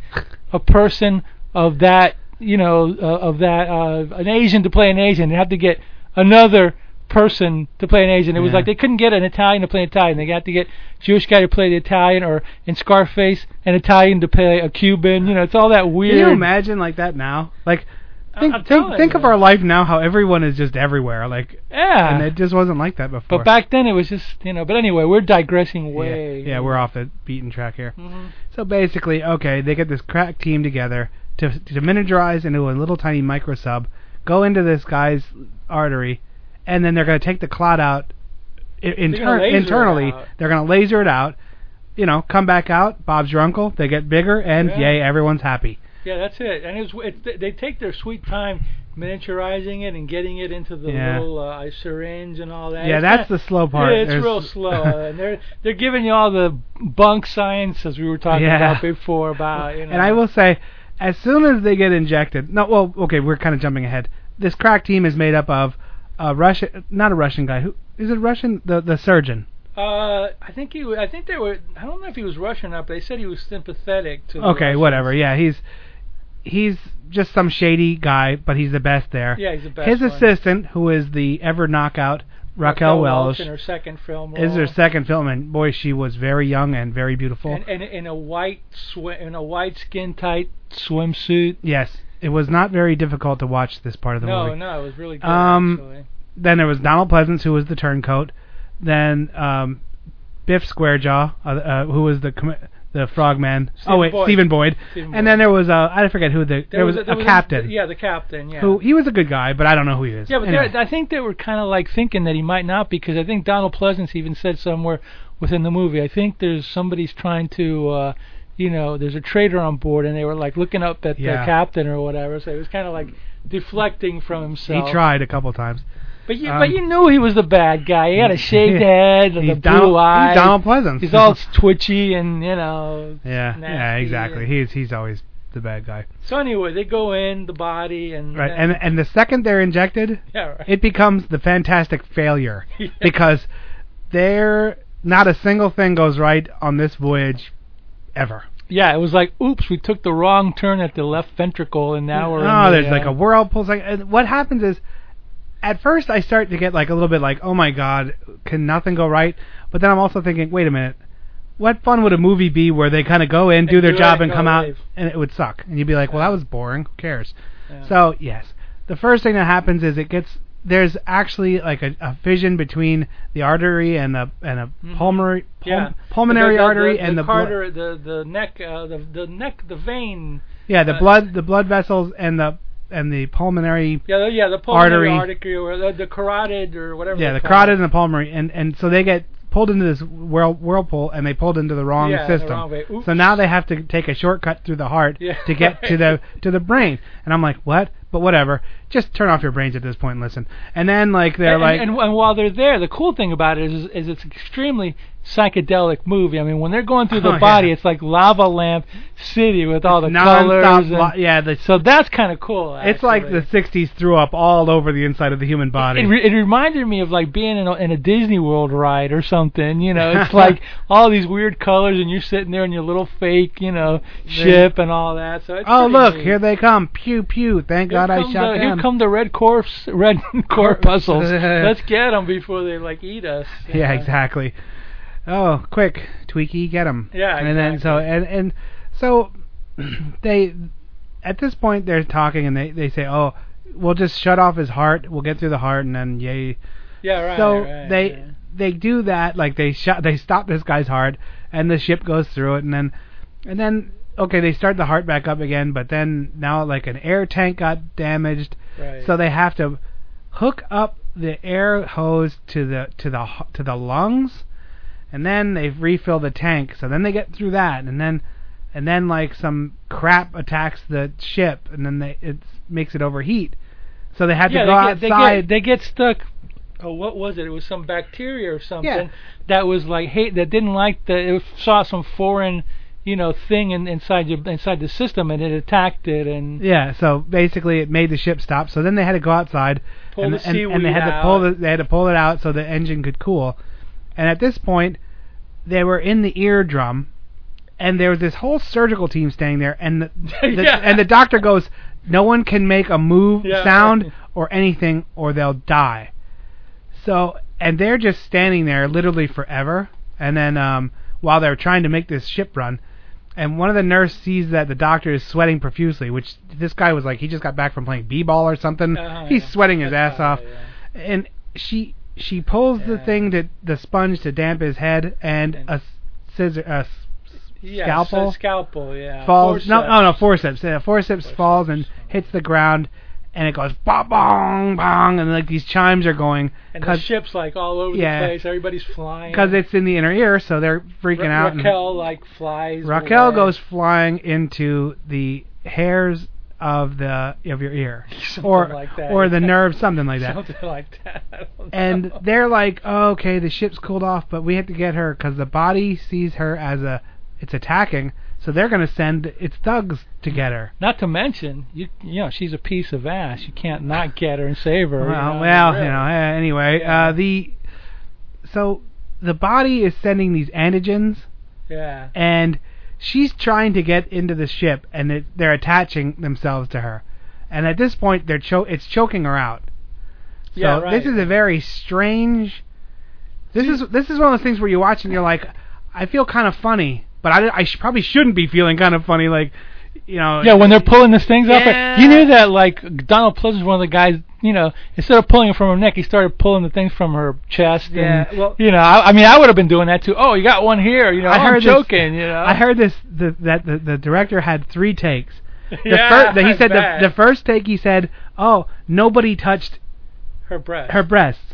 Speaker 2: a person of that, you know, uh, of that uh, an Asian to play an Asian. They had to get another person to play an Asian. It was
Speaker 1: Yeah.
Speaker 2: like they couldn't get an Italian to play an Italian. They got to get Jewish guy to play the Italian, or in Scarface, an Italian to play a Cuban. You know, it's all that weird.
Speaker 1: Can you imagine like that now? Like,
Speaker 2: I-
Speaker 1: think
Speaker 2: I'm
Speaker 1: think,
Speaker 2: telling
Speaker 1: think
Speaker 2: you.
Speaker 1: of our life now, how everyone is just everywhere. Like,
Speaker 2: Yeah.
Speaker 1: and it just wasn't like that before.
Speaker 2: but back then it was just you know. But anyway, we're digressing
Speaker 1: yeah,
Speaker 2: way.
Speaker 1: yeah, we're off the beaten track here.
Speaker 2: Mhm.
Speaker 1: So basically, okay, they get this crack team together to to miniaturize into a little tiny micro sub, go into this guy's artery, and then they're going to take the clot out i-
Speaker 2: They're gonna
Speaker 1: inter-
Speaker 2: laser it
Speaker 1: internally.
Speaker 2: out.
Speaker 1: They're going to laser it out. You know, come back out. Bob's your uncle. They get bigger, and
Speaker 2: Yeah.
Speaker 1: yay, everyone's happy.
Speaker 2: Yeah, that's it. And it's, it's they take their sweet time miniaturizing it and getting it into the
Speaker 1: Yeah.
Speaker 2: little uh, syringe and all that.
Speaker 1: yeah,
Speaker 2: It's
Speaker 1: that's
Speaker 2: kinda-
Speaker 1: the slow part.
Speaker 2: Yeah, it's
Speaker 1: There's- *laughs*
Speaker 2: real slow, and they're they're giving you all the bunk science as we were talking
Speaker 1: Yeah.
Speaker 2: about before about you know.
Speaker 1: And I will say, as soon as they get injected, no, well, okay, we're kind of jumping ahead. This crack team is made up of a Russian, not a Russian guy. Who is it? Russian? The the surgeon.
Speaker 2: Uh, I think he. wa- I think they were. I don't know if he was Russian or not. But they said he was sympathetic to. The
Speaker 1: Okay,
Speaker 2: Russians.
Speaker 1: whatever. Yeah, he's he's just some shady guy, but he's the best there.
Speaker 2: Yeah, he's the best.
Speaker 1: His
Speaker 2: one.
Speaker 1: assistant, who is the ever knockout Raquel, Welch,
Speaker 2: in her second film.
Speaker 1: is
Speaker 2: role.
Speaker 1: their second film, and boy, she was very young and very beautiful.
Speaker 2: And, and in a white sw- in a white skin tight swimsuit.
Speaker 1: yes, it was not very difficult to watch this part of the
Speaker 2: No,
Speaker 1: movie.
Speaker 2: no, it was really good.
Speaker 1: Um,
Speaker 2: actually.
Speaker 1: Then there was Donald Pleasance, who was the turncoat. Then um, Biff Squarejaw, uh, uh, who was the com- the frogman. oh wait,
Speaker 2: Boyd.
Speaker 1: Stephen Boyd.
Speaker 2: Stephen
Speaker 1: and
Speaker 2: Boyd.
Speaker 1: then there was uh, I forget who the there, was, a,
Speaker 2: there
Speaker 1: captain
Speaker 2: yeah, the captain. Yeah.
Speaker 1: who he was a good guy, but I don't know who he is.
Speaker 2: Yeah, but
Speaker 1: Anyway.
Speaker 2: they're I think they were kind of like thinking that he might not because I think Donald Pleasance even said somewhere within the movie. I think there's somebody's trying to, uh, you know, there's a traitor on board, and they were like looking up at
Speaker 1: Yeah.
Speaker 2: the captain or whatever. So he was kind of like deflecting from himself.
Speaker 1: He tried a couple times.
Speaker 2: but you,
Speaker 1: um,
Speaker 2: but you knew he was the bad guy.
Speaker 1: *laughs*
Speaker 2: He had a shaved head and
Speaker 1: he's
Speaker 2: the blue
Speaker 1: Donald,
Speaker 2: eyes.
Speaker 1: He's Donald Pleasance.
Speaker 2: He's all twitchy and you know.
Speaker 1: *laughs* yeah, yeah,
Speaker 2: nasty
Speaker 1: exactly.
Speaker 2: and-
Speaker 1: He's he's always the bad guy,
Speaker 2: So anyway, they go in the body and
Speaker 1: right? And and the second they're injected,
Speaker 2: *laughs* yeah, right.
Speaker 1: it becomes the fantastic failure
Speaker 2: *laughs* Yeah.
Speaker 1: *laughs* because there not a single thing goes right on this voyage ever.
Speaker 2: Yeah, it was like, oops, we took the wrong turn at the left ventricle, and now we're.
Speaker 1: oh,
Speaker 2: in the,
Speaker 1: there's
Speaker 2: uh,
Speaker 1: like a whirlpool. Like, and what happens is, at first I start to get like a little bit like, oh my god, can nothing go right? But then I'm also thinking, wait a minute, what fun would a movie be where they kind of go in, do
Speaker 2: And
Speaker 1: their
Speaker 2: do it
Speaker 1: job,
Speaker 2: and
Speaker 1: and
Speaker 2: go
Speaker 1: come out,
Speaker 2: leave.
Speaker 1: and it would suck. And you'd be like, well, that was boring. Who cares?
Speaker 2: Yeah.
Speaker 1: So yes, the first thing that happens is it gets there's actually like a, a fission between the artery and the and a pulmonary pul-
Speaker 2: Mm-hmm. yeah.
Speaker 1: pulmonary
Speaker 2: The- the- the-
Speaker 1: artery
Speaker 2: the,
Speaker 1: and the, blood.
Speaker 2: carter, the the neck, uh, the the neck, the vein.
Speaker 1: yeah the
Speaker 2: uh,
Speaker 1: blood the blood vessels and the and the pulmonary
Speaker 2: Yeah, the, yeah, the pulmonary
Speaker 1: Artery.
Speaker 2: artery, or the, the carotid or whatever.
Speaker 1: Yeah,
Speaker 2: they
Speaker 1: the
Speaker 2: call
Speaker 1: carotid
Speaker 2: it.
Speaker 1: and the pulmonary, and and so they get pulled into this whirl, whirlpool, and they pulled into the wrong
Speaker 2: Yeah, the
Speaker 1: system.
Speaker 2: wrong way. Oops.
Speaker 1: So now they have to take a shortcut through the heart
Speaker 2: Yeah,
Speaker 1: to get to
Speaker 2: *laughs*
Speaker 1: the to the brain. And I'm like, what? But whatever. Just turn off your brains at this point and listen. And then like they're
Speaker 2: And,
Speaker 1: like,
Speaker 2: and, and while they're there, the cool thing about it is, is it's an extremely psychedelic movie. I mean, when they're going through the
Speaker 1: Oh,
Speaker 2: body,
Speaker 1: yeah.
Speaker 2: it's like lava lamp city with all the
Speaker 1: nonstop
Speaker 2: colors. and-
Speaker 1: li- yeah, the,
Speaker 2: So that's kind of cool.
Speaker 1: it's like
Speaker 2: actually.
Speaker 1: the '60s threw up all over the inside of the human body.
Speaker 2: It, re- it reminded me of like being in a, in a Disney World ride or something. You know,
Speaker 1: *laughs*
Speaker 2: it's like all these weird colors, and you're sitting there in your little fake, you know, ship and all that. So it's
Speaker 1: oh
Speaker 2: pretty
Speaker 1: look,
Speaker 2: neat.
Speaker 1: here they come! Pew pew! Thank
Speaker 2: Here
Speaker 1: God I
Speaker 2: come
Speaker 1: shot
Speaker 2: the,
Speaker 1: them.
Speaker 2: Here come the red corpse, *laughs*
Speaker 1: *laughs*
Speaker 2: red corpuscles. Let's get them before they like eat us. you
Speaker 1: yeah,
Speaker 2: know.
Speaker 1: exactly. oh, quick, Tweaky, get him.
Speaker 2: Yeah,
Speaker 1: And then so and and so *clears throat* they at this point they're talking and they they say, oh, we'll just shut off his heart. We'll get through the heart and then yay.
Speaker 2: Yeah, right.
Speaker 1: so
Speaker 2: right,
Speaker 1: they
Speaker 2: yeah.
Speaker 1: they do that like they shot they stop this guy's heart and the ship goes through it and then and then okay they start the heart back up again but then now like an air tank got damaged
Speaker 2: Right.
Speaker 1: so they have to hook up the air hose to the to the h- to the lungs and then they refill the tank so then they get through that and then and then like some crap attacks the ship and then they it makes it overheat so they had
Speaker 2: yeah,
Speaker 1: to go
Speaker 2: they get,
Speaker 1: outside
Speaker 2: They get, they get stuck. Oh, what was it? It was some bacteria or something
Speaker 1: Yeah.
Speaker 2: that was like hate that didn't like the it saw some foreign you know thing in, inside your inside the system and it attacked it and
Speaker 1: Yeah, so basically it made the ship stop. So then they had to go outside
Speaker 2: Pull
Speaker 1: and,
Speaker 2: the
Speaker 1: and, and they
Speaker 2: seaweed
Speaker 1: had to pull the,
Speaker 2: out.
Speaker 1: they had to pull it out so the engine could cool. And at this point, they were in the eardrum, and there was this whole surgical team standing there, and
Speaker 2: *laughs*
Speaker 1: the, the
Speaker 2: Yeah.
Speaker 1: and the doctor goes, "No one can make a move,
Speaker 2: Yeah.
Speaker 1: sound, or anything, or they'll die." So and they're just standing there literally forever. And then um, while they're trying to make this ship run, and one of the nurse sees that the doctor is sweating profusely, which this guy was like he just got back from playing b-ball or something.
Speaker 2: Uh-huh,
Speaker 1: He's
Speaker 2: yeah.
Speaker 1: sweating his
Speaker 2: That's
Speaker 1: ass
Speaker 2: how,
Speaker 1: off, and she she pulls the
Speaker 2: Yeah.
Speaker 1: thing to the sponge to damp his head, and
Speaker 2: And-
Speaker 1: a scissor a s-
Speaker 2: yeah,
Speaker 1: Scalpel?
Speaker 2: so scalpel yeah
Speaker 1: falls. No,
Speaker 2: Uh, forceps.
Speaker 1: no, no, forceps. Yeah, forceps, falls and hits the ground, and it goes ba bong bong, and like these chimes are going
Speaker 2: and the
Speaker 1: because
Speaker 2: ship's like all over
Speaker 1: Yeah.
Speaker 2: the place everybody's flying
Speaker 1: it's in the inner ear, so they're freaking
Speaker 2: Ra-
Speaker 1: out. and-
Speaker 2: Raquel like flies
Speaker 1: Raquel
Speaker 2: away.
Speaker 1: goes flying into the hairs of the of your
Speaker 2: *laughs*
Speaker 1: ear, or
Speaker 2: like that.
Speaker 1: or the nerve, something like that.
Speaker 2: *laughs* something like that I don't
Speaker 1: And
Speaker 2: know.
Speaker 1: they're like, oh, okay, the ship's cooled off, but we have to get her because the body sees her as a it's attacking, so they're gonna send its thugs to get her.
Speaker 2: Not to mention, you you know, she's a piece of ass. You can't not get her and save her. you
Speaker 1: Well,
Speaker 2: know,
Speaker 1: well,
Speaker 2: Oh, really.
Speaker 1: you know. eh, Anyway, uh, the so the body is sending these antigens
Speaker 2: Yeah.
Speaker 1: and she's trying to get into the ship, and it, they're attaching themselves to her. And at this point, they're cho- it's choking her out. So
Speaker 2: yeah, right.
Speaker 1: this is a very strange. This is this is one of those things where you watch and you're like, I feel kind of funny, but I, I sh- probably shouldn't be feeling kind of funny. Like, you know.
Speaker 2: yeah, when they're pulling these things off,
Speaker 1: Yeah.
Speaker 2: you knew that like Donald Pleasant's one of the guys. You know, instead of pulling it from her neck, he started pulling the things from her chest.
Speaker 1: Yeah,
Speaker 2: and,
Speaker 1: well-
Speaker 2: you know, I, I mean, I would have been doing that too. Oh, you got one here. You know,
Speaker 1: I
Speaker 2: am
Speaker 1: heard this-
Speaker 2: joking. you know,
Speaker 1: I heard this the, that the, the director had three takes. The
Speaker 2: *laughs* yeah,
Speaker 1: fir- that he
Speaker 2: I
Speaker 1: said the,
Speaker 2: bet.
Speaker 1: the first take he said, "Oh, nobody touched
Speaker 2: her breath.
Speaker 1: her breasts.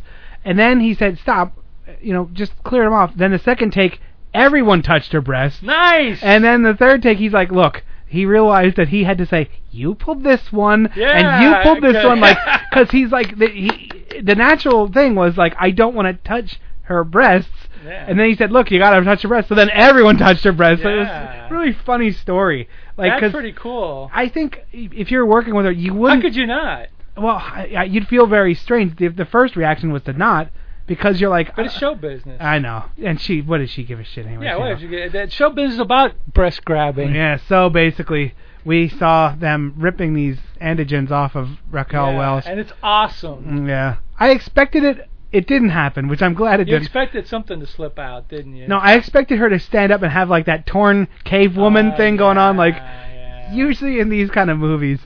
Speaker 1: And then he said, "Stop," you know, just clear them off. Then the second take, everyone touched her breasts.
Speaker 2: nice.
Speaker 1: And then the third take, he's like, "Look." He realized that he had to say, "You pulled this one, and you
Speaker 2: Yeah,
Speaker 1: pulled this
Speaker 2: okay.
Speaker 1: one,"
Speaker 2: *laughs*
Speaker 1: like, because he's like, the, he, the natural thing was like, "I don't want to touch her breasts,"
Speaker 2: Yeah.
Speaker 1: and then he said, "Look, you gotta touch her breasts." So then everyone touched her breasts. So it was
Speaker 2: Yeah.
Speaker 1: a really funny story. Like,
Speaker 2: that's
Speaker 1: 'cause
Speaker 2: pretty cool.
Speaker 1: I think if you're working with her, you
Speaker 2: How
Speaker 1: wouldn't.
Speaker 2: could you not?
Speaker 1: Well, I, I- you'd feel very strange if the first reaction was to not, because you're like,
Speaker 2: But it's
Speaker 1: uh,
Speaker 2: show business.
Speaker 1: I know. And she, what does she give a shit anyway?
Speaker 2: yeah,
Speaker 1: you
Speaker 2: what
Speaker 1: know?
Speaker 2: did you get? That show business is about breast grabbing.
Speaker 1: Yeah. So basically, we saw them ripping these antigens off of Raquel
Speaker 2: Yeah,
Speaker 1: Welsh.
Speaker 2: and it's awesome.
Speaker 1: oh, Mm, yeah. I expected it. It didn't happen, which I'm glad it
Speaker 2: You
Speaker 1: didn't.
Speaker 2: expected something to slip out, didn't you?
Speaker 1: no, I expected her to stand up and have like that torn cave woman
Speaker 2: Oh,
Speaker 1: thing going on, like
Speaker 2: yeah, yeah.
Speaker 1: usually in these kind of movies,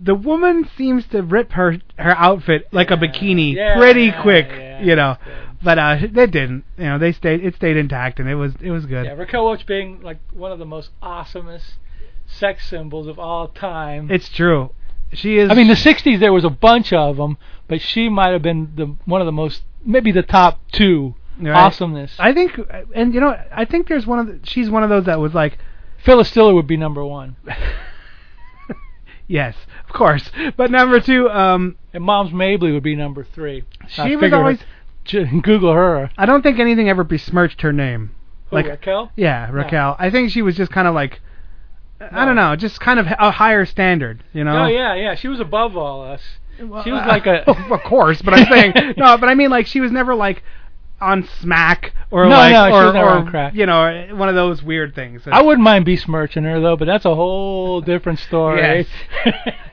Speaker 1: the woman seems to rip her her outfit like a
Speaker 2: Yeah.
Speaker 1: bikini
Speaker 2: Yeah,
Speaker 1: pretty
Speaker 2: yeah,
Speaker 1: quick,
Speaker 2: yeah,
Speaker 1: you know.
Speaker 2: that's good.
Speaker 1: But uh, they didn't. You know, they stayed. It stayed intact, and it was it was good.
Speaker 2: Yeah, Raquel Welch being like one of the most awesomest sex symbols of all time.
Speaker 1: It's true. She is.
Speaker 2: I mean, the '60s there was a bunch of them, but she might have been the one of the most, maybe the top two
Speaker 1: right?
Speaker 2: awesomeness.
Speaker 1: I think, and you know, I think there's one of the, she's one of those that was like,
Speaker 2: Phyllis Diller would be number one,
Speaker 1: yes, of course. *laughs* But number two, um,
Speaker 2: and Moms Mabley would be number three.
Speaker 1: she was
Speaker 2: figured-
Speaker 1: always.
Speaker 2: *laughs* J- Google her.
Speaker 1: I don't think anything ever besmirched her name.
Speaker 2: Who,
Speaker 1: Like-
Speaker 2: Raquel.
Speaker 1: Yeah, Raquel. I think she was just kind of like, I
Speaker 2: No.
Speaker 1: don't know, just kind of a higher standard, you know.
Speaker 2: Oh yeah, yeah. She was above all us.
Speaker 1: Well,
Speaker 2: She was like
Speaker 1: *laughs*
Speaker 2: a-
Speaker 1: of course, but I'm
Speaker 2: *laughs*
Speaker 1: saying no, but I mean like she was never like on smack or
Speaker 2: No,
Speaker 1: like
Speaker 2: no, she
Speaker 1: or,
Speaker 2: was never
Speaker 1: or,
Speaker 2: on crack.
Speaker 1: you know one of those weird things.
Speaker 2: I wouldn't mind besmirching her though, but that's a
Speaker 1: *laughs*
Speaker 2: whole different story.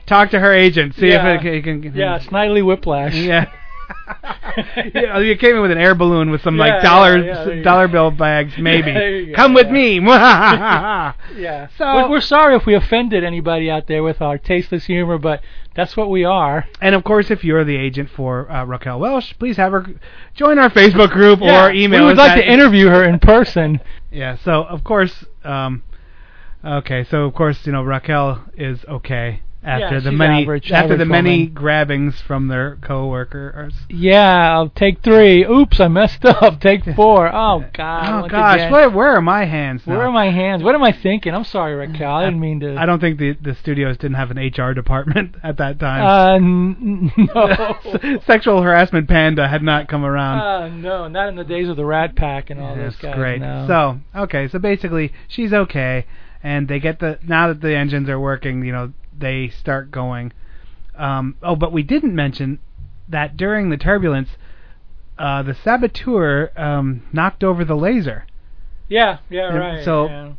Speaker 1: Talk to her agent, see
Speaker 2: *laughs* Yeah.
Speaker 1: if it can. can
Speaker 2: *laughs* yeah, Snidely Whiplash.
Speaker 1: yeah. *laughs* Yeah, you came in with an air balloon with some
Speaker 2: Yeah,
Speaker 1: like dollar
Speaker 2: yeah, yeah, there you
Speaker 1: dollar
Speaker 2: go.
Speaker 1: bill bags,
Speaker 2: *laughs*
Speaker 1: maybe.
Speaker 2: There you go,
Speaker 1: Come with
Speaker 2: yeah.
Speaker 1: me. yeah.
Speaker 2: Yeah.
Speaker 1: So-
Speaker 2: we're, we're sorry if we offended anybody out there with our tasteless humor, but that's what we are.
Speaker 1: *laughs* And of course, if you're the agent for uh, Raquel Welsh, please have her join our Facebook group or email.
Speaker 2: We would
Speaker 1: us
Speaker 2: like
Speaker 1: at-
Speaker 2: to interview her in person.
Speaker 1: Yeah. So of course, um, okay. So of course, you know Raquel is okay after
Speaker 2: Yeah,
Speaker 1: the
Speaker 2: she's
Speaker 1: many
Speaker 2: average-
Speaker 1: after the
Speaker 2: average
Speaker 1: many
Speaker 2: woman.
Speaker 1: grabbings from their coworkers.
Speaker 2: Yeah, I'll take three. Oops, I messed up. Take
Speaker 1: *laughs*
Speaker 2: four. Oh God.
Speaker 1: Oh
Speaker 2: once
Speaker 1: gosh,
Speaker 2: again.
Speaker 1: where, where are my hands now?
Speaker 2: Where are my hands? What am I thinking? I'm sorry, Raquel. I didn't mean to.
Speaker 1: I don't think the the studios didn't have an HR department *laughs* at that time.
Speaker 2: Uh, n- n-
Speaker 1: *laughs*
Speaker 2: Uh, no.
Speaker 1: Sexual harassment panda had not come around.
Speaker 2: *laughs* uh, no, not in the days of the Rat Pack and all
Speaker 1: That's
Speaker 2: those guys.
Speaker 1: great.
Speaker 2: Oh, No.
Speaker 1: So okay, so basically she's okay, and they get the now that the engines are working, you know, they start going. Um, oh, but we didn't mention that during the turbulence, uh, the saboteur um, knocked over the laser.
Speaker 2: yeah, yeah,
Speaker 1: Yeah,
Speaker 2: right.
Speaker 1: so-
Speaker 2: yeah.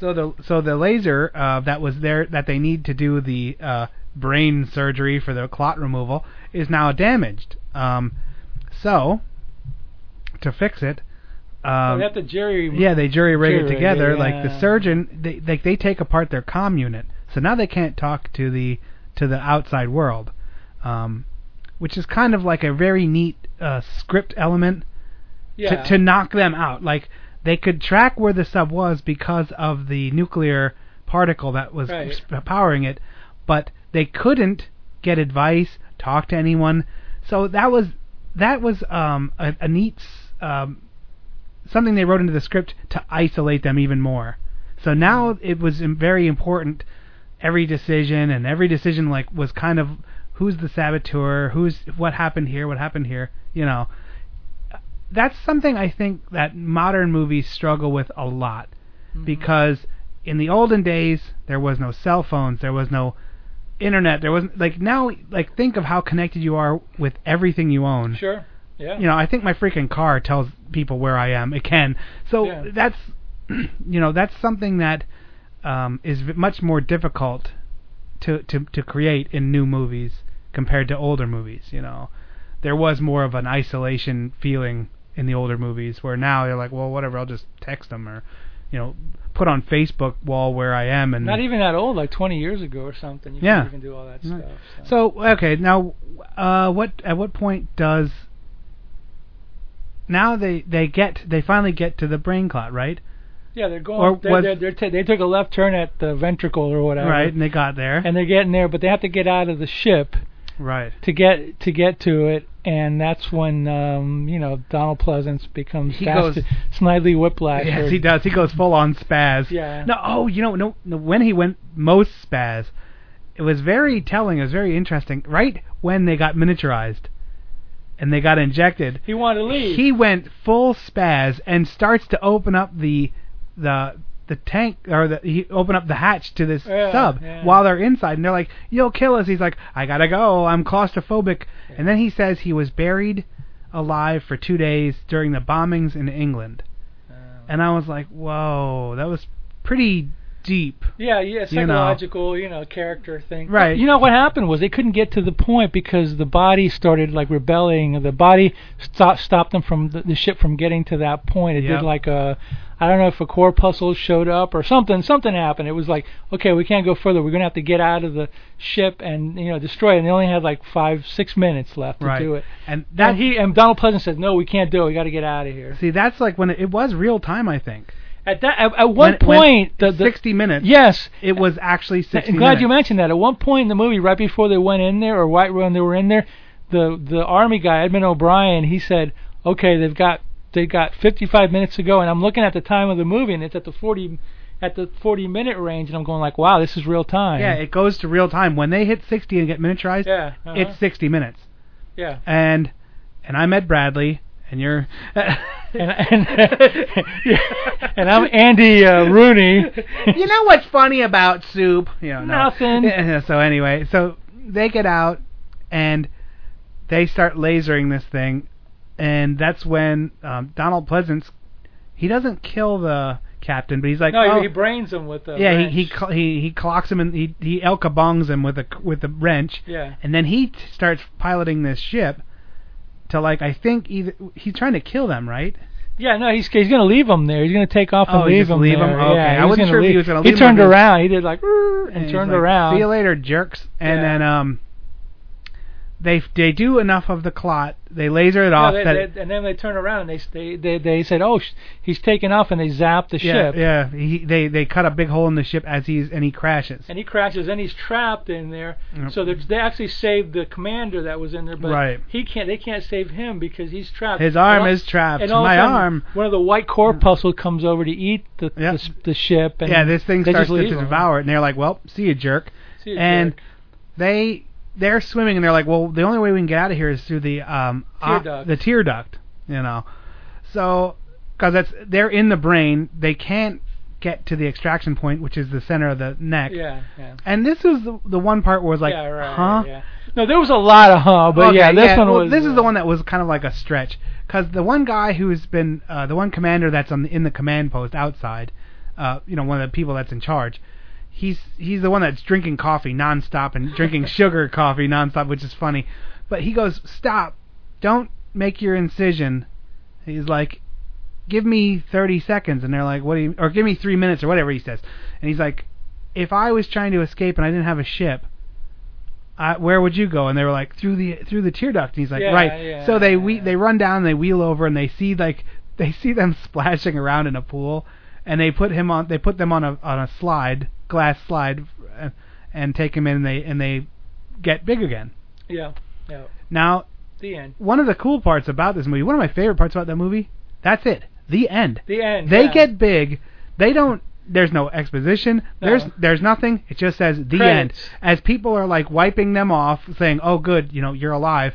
Speaker 1: So the so the laser uh, that was there that they need to do the uh, brain surgery for the clot removal is now damaged. Um, so to fix it,
Speaker 2: So
Speaker 1: um,
Speaker 2: we have to jury.
Speaker 1: Yeah, they jury rig it
Speaker 2: Jury rig
Speaker 1: together.
Speaker 2: it,
Speaker 1: Like
Speaker 2: yeah.
Speaker 1: the surgeon, they like they take apart their comm unit, so now they can't talk to the to the outside world, um, which is kind of like a very neat uh, script element
Speaker 2: yeah.
Speaker 1: to, to knock them out. Like they could track where the sub was because of the nuclear particle that was
Speaker 2: Right.
Speaker 1: sp- powering it, but they couldn't get advice, talk to anyone. So that was that was um, a, a neat s- um, something they wrote into the script to isolate them even more. So now it was im- very important. Every decision and every decision like was kind of who's the saboteur, who's what happened here, what happened here, you know that's something I think that modern movies struggle with a lot because in the olden days there was no cell phones, there was no internet, there wasn't like now like think of how connected you are with everything you own.
Speaker 2: Sure. Yeah.
Speaker 1: You know, I think my freaking car tells people where I am. It can. So
Speaker 2: Yeah.
Speaker 1: that's *clears throat* you know, that's something that um is v- much more difficult to to to create in new movies compared to older movies, you know. There was more of an isolation feeling in the older movies where now you're like, well, whatever, I'll just text them or you know, put on Facebook wall where I am and
Speaker 2: Not even that old, like 20 years ago or something. You
Speaker 1: Mm. Yeah.
Speaker 2: Could even do all that
Speaker 1: Right.
Speaker 2: stuff. So.
Speaker 1: So okay, now uh, what at what point does now they they get they finally get to the brain clot right
Speaker 2: yeah, they're going.
Speaker 1: or
Speaker 2: they're,
Speaker 1: was-
Speaker 2: they're, they're ta- they took a left turn at the ventricle or whatever.
Speaker 1: right and they got there
Speaker 2: Uh-huh. And they're getting there, but they have to get out of the ship
Speaker 1: right
Speaker 2: to get to get to it, and that's when um, you know Donald Pleasance becomes
Speaker 1: He
Speaker 2: fast-
Speaker 1: goes-
Speaker 2: Snidely Whiplash.
Speaker 1: yes
Speaker 2: or-
Speaker 1: he does he goes full on spaz
Speaker 2: Yeah.
Speaker 1: no oh you know no, no when he went most spaz it was very telling it was very interesting right when they got miniaturized and they got injected
Speaker 2: He wanted to leave.
Speaker 1: He went full spaz and starts to open up the the the tank or the he open up the hatch to this
Speaker 2: Yeah,
Speaker 1: sub
Speaker 2: yeah.
Speaker 1: while they're inside and they're like, "You'll kill us." He's like, "I gotta go. I'm claustrophobic." And then he says he was buried alive for two days during the bombings in England.
Speaker 2: Oh.
Speaker 1: And I was like, "Whoa, that was pretty deep."
Speaker 2: yeah, yeah,
Speaker 1: you know.
Speaker 2: psychological, you know, character thing.
Speaker 1: Right.
Speaker 2: You know what happened was they couldn't get to the point because the body started like rebelling. The body stopped stopped them from the, the ship from getting to that point. It
Speaker 1: Yep.
Speaker 2: did like a I don't know if a corpuscle showed up or something. Something happened. It was like, okay, we can't go further. We're gonna have to get out of the ship and you know destroy it. And they only had like five, six minutes left to
Speaker 1: right.
Speaker 2: do it.
Speaker 1: And that
Speaker 2: That he and Donald Pleasant says, no, we can't do it. We got to get out of here.
Speaker 1: see that's like when it, it was real time, I think.
Speaker 2: At that, at, at one
Speaker 1: When- when-
Speaker 2: point, the, the
Speaker 1: 60 minutes.
Speaker 2: Yes,
Speaker 1: It was actually 60
Speaker 2: I'm glad
Speaker 1: minutes.
Speaker 2: you mentioned that. At one point in the movie, right before they went in there, or right when they were in there, the the army guy Edmund O'Brien he said, "Okay, they've got they have got 55 minutes to go," and I'm looking at the time of the movie, and it's at the 40 at the 40 minute range, and I'm going like, "Wow, this is real time."
Speaker 1: Yeah, it goes to real time. When they hit 60 and get miniaturized,
Speaker 2: yeah, uh-huh.
Speaker 1: it's 60 minutes.
Speaker 2: yeah.
Speaker 1: And and I met Bradley, and you're
Speaker 2: *laughs* *laughs* And and, *laughs* yeah.
Speaker 1: *laughs*
Speaker 2: and I'm Andy uh, Rooney.
Speaker 1: you know what's funny about soup? You know, no. *laughs*
Speaker 2: Nothing.
Speaker 1: Yeah, so anyway, so they get out and they start lasering this thing, and that's when um, Donald Pleasance he doesn't kill the captain, but he's like,
Speaker 2: *laughs* no, he-
Speaker 1: oh,
Speaker 2: he brains him with the
Speaker 1: yeah,
Speaker 2: wrench.
Speaker 1: he he cl- he he clocks him and he he elka bongs him with a with a wrench.
Speaker 2: yeah.
Speaker 1: And then he t- starts piloting this ship, to like I think either he's trying to kill them, right?
Speaker 2: Yeah, no, he's he's gonna leave him there. He's gonna take off and
Speaker 1: Oh, he
Speaker 2: leave
Speaker 1: just
Speaker 2: him.
Speaker 1: leave
Speaker 2: there.
Speaker 1: him? Okay.
Speaker 2: Yeah,
Speaker 1: I
Speaker 2: he's
Speaker 1: wasn't sure if he
Speaker 2: leave.
Speaker 1: was gonna
Speaker 2: He
Speaker 1: leave him
Speaker 2: turned
Speaker 1: or-
Speaker 2: around. He did like "Rrr," and
Speaker 1: he's
Speaker 2: turned
Speaker 1: like,
Speaker 2: around.
Speaker 1: See you later, jerks. And
Speaker 2: Yeah.
Speaker 1: then um, they they do enough of the clot. They laser it
Speaker 2: No,
Speaker 1: off.
Speaker 2: they-
Speaker 1: that,
Speaker 2: they- and then they turn around and they they they, they said, "Oh, sh- he's taking off," and they zap the
Speaker 1: yeah,
Speaker 2: ship.
Speaker 1: yeah. He, they they cut a big hole in the ship as he's and he crashes.
Speaker 2: And he crashes, and he's trapped in there.
Speaker 1: Yep.
Speaker 2: So they they actually saved the commander that was in there, but
Speaker 1: Right.
Speaker 2: he can't. They can't save him because he's trapped.
Speaker 1: His arm
Speaker 2: And all-
Speaker 1: is trapped.
Speaker 2: and all of
Speaker 1: My
Speaker 2: a sudden,
Speaker 1: arm.
Speaker 2: One of the white corpuscle comes over to eat the
Speaker 1: Yeah.
Speaker 2: the, s- the ship. And
Speaker 1: yeah, this thing
Speaker 2: they
Speaker 1: starts
Speaker 2: just
Speaker 1: to
Speaker 2: leave him.
Speaker 1: devour it, and they're like, "Well, see you, jerk."
Speaker 2: See you,
Speaker 1: and
Speaker 2: jerk.
Speaker 1: they they're swimming, and they're like, "Well, the only way we can get out of here is through the um
Speaker 2: Tear
Speaker 1: uh,
Speaker 2: duct.
Speaker 1: the tear duct," you know. So, because that's they're in the brain, they can't get to the extraction point, which is the center of the neck.
Speaker 2: yeah, yeah.
Speaker 1: And this was the, the one part where it's like,
Speaker 2: yeah, right,
Speaker 1: huh?
Speaker 2: Yeah. No, there was a lot of huh, but
Speaker 1: Okay,
Speaker 2: yeah, this one
Speaker 1: well,
Speaker 2: was.
Speaker 1: This is the
Speaker 2: uh,
Speaker 1: one that was kind of like a stretch, because the one guy who's been uh, the one commander that's on the, in the command post outside, uh, you know, one of the people that's in charge. He's he's the one that's drinking coffee nonstop and
Speaker 2: *laughs*
Speaker 1: drinking sugar coffee nonstop, which is funny. But he goes, "Stop! Don't make your incision." He's like, "Give me 30 seconds," and they're like, "What do you?" Or give me three minutes or whatever he says. And he's like, "If I was trying to escape and I didn't have a ship, uh, where would you go? And they were like through the through the tear duct. And he's like,
Speaker 2: Yeah,
Speaker 1: right.
Speaker 2: yeah.
Speaker 1: so they we they run down, they wheel over, and they see like they see them *laughs* splashing around in a pool, and they put him on they put them on a on a slide glass slide, uh, and take him in, and they and they get big again.
Speaker 2: Yeah, yeah.
Speaker 1: Now
Speaker 2: The end.
Speaker 1: one of the cool parts about this movie, one of my favorite parts about that movie, that's it, the end.
Speaker 2: The end.
Speaker 1: They
Speaker 2: yeah.
Speaker 1: get big. They don't. There's no exposition.
Speaker 2: No.
Speaker 1: There's there's nothing. It just says the end.
Speaker 2: Credits.
Speaker 1: As people are like wiping them off, saying, "Oh, good, you know, you're alive."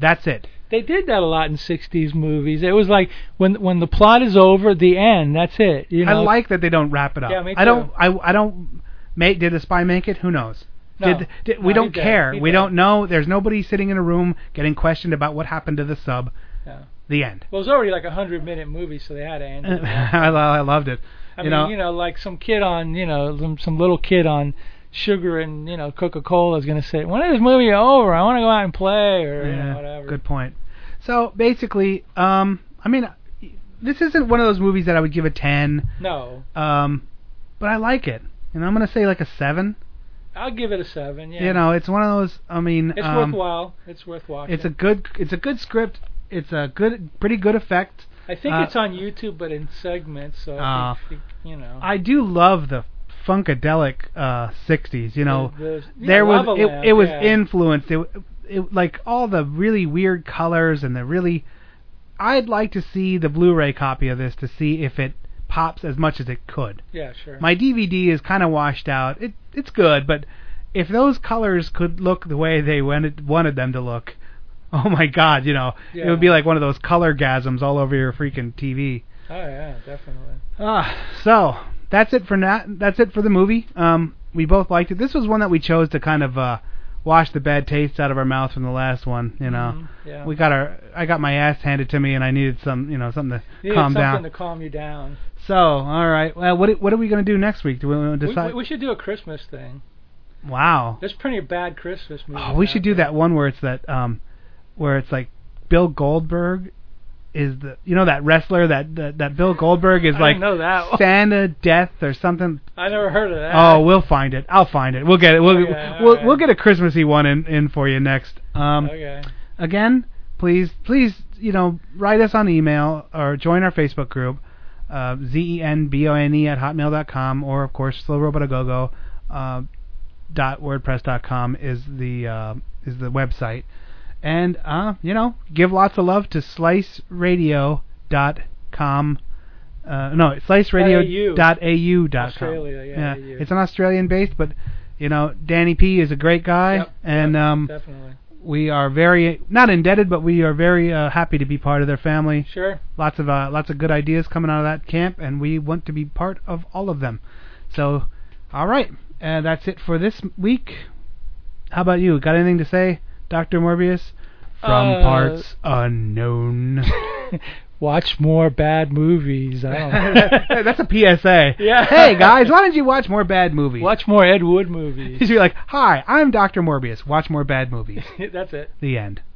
Speaker 1: That's it.
Speaker 2: They did that a lot in '60s movies. It was like when when the plot is over, the end. That's it. You know.
Speaker 1: I like that they don't wrap it up.
Speaker 2: Yeah, me
Speaker 1: I don't.
Speaker 2: too.
Speaker 1: I I don't. Make did the spy make it? Who knows?
Speaker 2: No.
Speaker 1: Did, did we
Speaker 2: No, he
Speaker 1: don't
Speaker 2: did.
Speaker 1: care.
Speaker 2: He
Speaker 1: We
Speaker 2: did.
Speaker 1: don't know. There's nobody sitting in a room getting questioned about what happened to the sub.
Speaker 2: Yeah.
Speaker 1: The end.
Speaker 2: Well, it was already like a hundred-minute movie, so they had to end.
Speaker 1: *laughs*
Speaker 2: it.
Speaker 1: I, lo- I loved it.
Speaker 2: I
Speaker 1: Uh, you
Speaker 2: mean,
Speaker 1: know,
Speaker 2: you know, like some kid on, you know, some, some little kid on sugar and you know Coca-Cola is gonna say, "When is this movie over? I want to go out and play or you know, whatever."
Speaker 1: Good point. So basically, um, I mean, this isn't one of those movies that I would give a ten,
Speaker 2: No,
Speaker 1: um, but I like it, and I'm gonna say like a seven.
Speaker 2: I'll give it a seven. Yeah.
Speaker 1: You know, it's one of those. I mean,
Speaker 2: it's
Speaker 1: um,
Speaker 2: worthwhile. It's worth watching.
Speaker 1: It's a good. It's a good script. It's a good, pretty good effect.
Speaker 2: I think
Speaker 1: uh,
Speaker 2: it's on YouTube, but in segments. So I
Speaker 1: Ah.
Speaker 2: think, you know.
Speaker 1: I do love the funkadelic uh, '60s. You know,
Speaker 2: the, yeah,
Speaker 1: there was
Speaker 2: Lava Lamp,
Speaker 1: it, it was
Speaker 2: yeah.
Speaker 1: influenced it, it like all the really weird colors and the really I'd like to see the Blu-ray copy of this to see if it pops as much as it could.
Speaker 2: Yeah, sure.
Speaker 1: My DVD is kind of washed out. It it's good, but if those colors could look the way they wanted wanted them to look, *laughs* oh my god, you know, it would be
Speaker 2: Yeah.
Speaker 1: like one of those color gasms all over your freaking TV.
Speaker 2: oh yeah, definitely.
Speaker 1: Ah, so that's it for na- that's it for the movie. Um, we both liked it. This was one that we chose to kind of uh, wash the bad taste out of our mouth from the last one. You know,
Speaker 2: Mhm, yeah.
Speaker 1: we got our I got my ass handed to me, and I needed some you know something to
Speaker 2: Needed
Speaker 1: calm
Speaker 2: something
Speaker 1: down.
Speaker 2: to calm you down.
Speaker 1: So all right, well, what what are we gonna do next week? Do we wanna
Speaker 2: We,
Speaker 1: decide?
Speaker 2: we, we should do a Christmas thing.
Speaker 1: wow,
Speaker 2: There's plenty of bad Christmas movies.
Speaker 1: oh, we
Speaker 2: out
Speaker 1: should do
Speaker 2: there.
Speaker 1: that one where it's that um, where it's like Bill Goldberg. Is the you know that wrestler that that, that Bill Goldberg is
Speaker 2: I
Speaker 1: like
Speaker 2: didn't know that one.
Speaker 1: Santa Death or something
Speaker 2: *laughs* I never heard of that.
Speaker 1: Oh, we'll find it. I'll find it. We'll get it. We'll
Speaker 2: Okay,
Speaker 1: we'll,
Speaker 2: alright.
Speaker 1: we'll get a Christmassy one in, in for you next. Um,
Speaker 2: okay.
Speaker 1: again, please please you know write us on email or join our Facebook group, uh, z e n b o n e at hotmail dot com or of course slowrobotagogo uh, dot wordpress dot com is the uh, is the website, and uh, you know give lots of love to slice radio dot com. Uh, no, sliceradio.au.com.
Speaker 2: Australia, yeah, AU.
Speaker 1: It's an Australian based, but you know, Danny P is a great guy,
Speaker 2: Yep,
Speaker 1: and
Speaker 2: yep,
Speaker 1: um,
Speaker 2: definitely.
Speaker 1: we are very not indebted, but we are very uh, happy to be part of their family.
Speaker 2: Sure.
Speaker 1: Lots of uh, lots of good ideas coming out of that camp, and we want to be part of all of them. So, all right, and that's it for this week. How about you? Got anything to say, Doctor Morbius? From
Speaker 2: Uh,
Speaker 1: parts
Speaker 2: *laughs*
Speaker 1: unknown.
Speaker 2: Watch more bad movies. I don't
Speaker 1: *laughs*
Speaker 2: know. *laughs*
Speaker 1: that's a PSA.
Speaker 2: Yeah.
Speaker 1: Hey guys, why don't you *laughs* watch more bad movies? *laughs*
Speaker 2: Watch more Ed Wood
Speaker 1: You
Speaker 2: movies.
Speaker 1: should be like, "Hi, I'm Doctor Morbius. Watch more bad movies."
Speaker 2: *laughs* That's it.
Speaker 1: The end.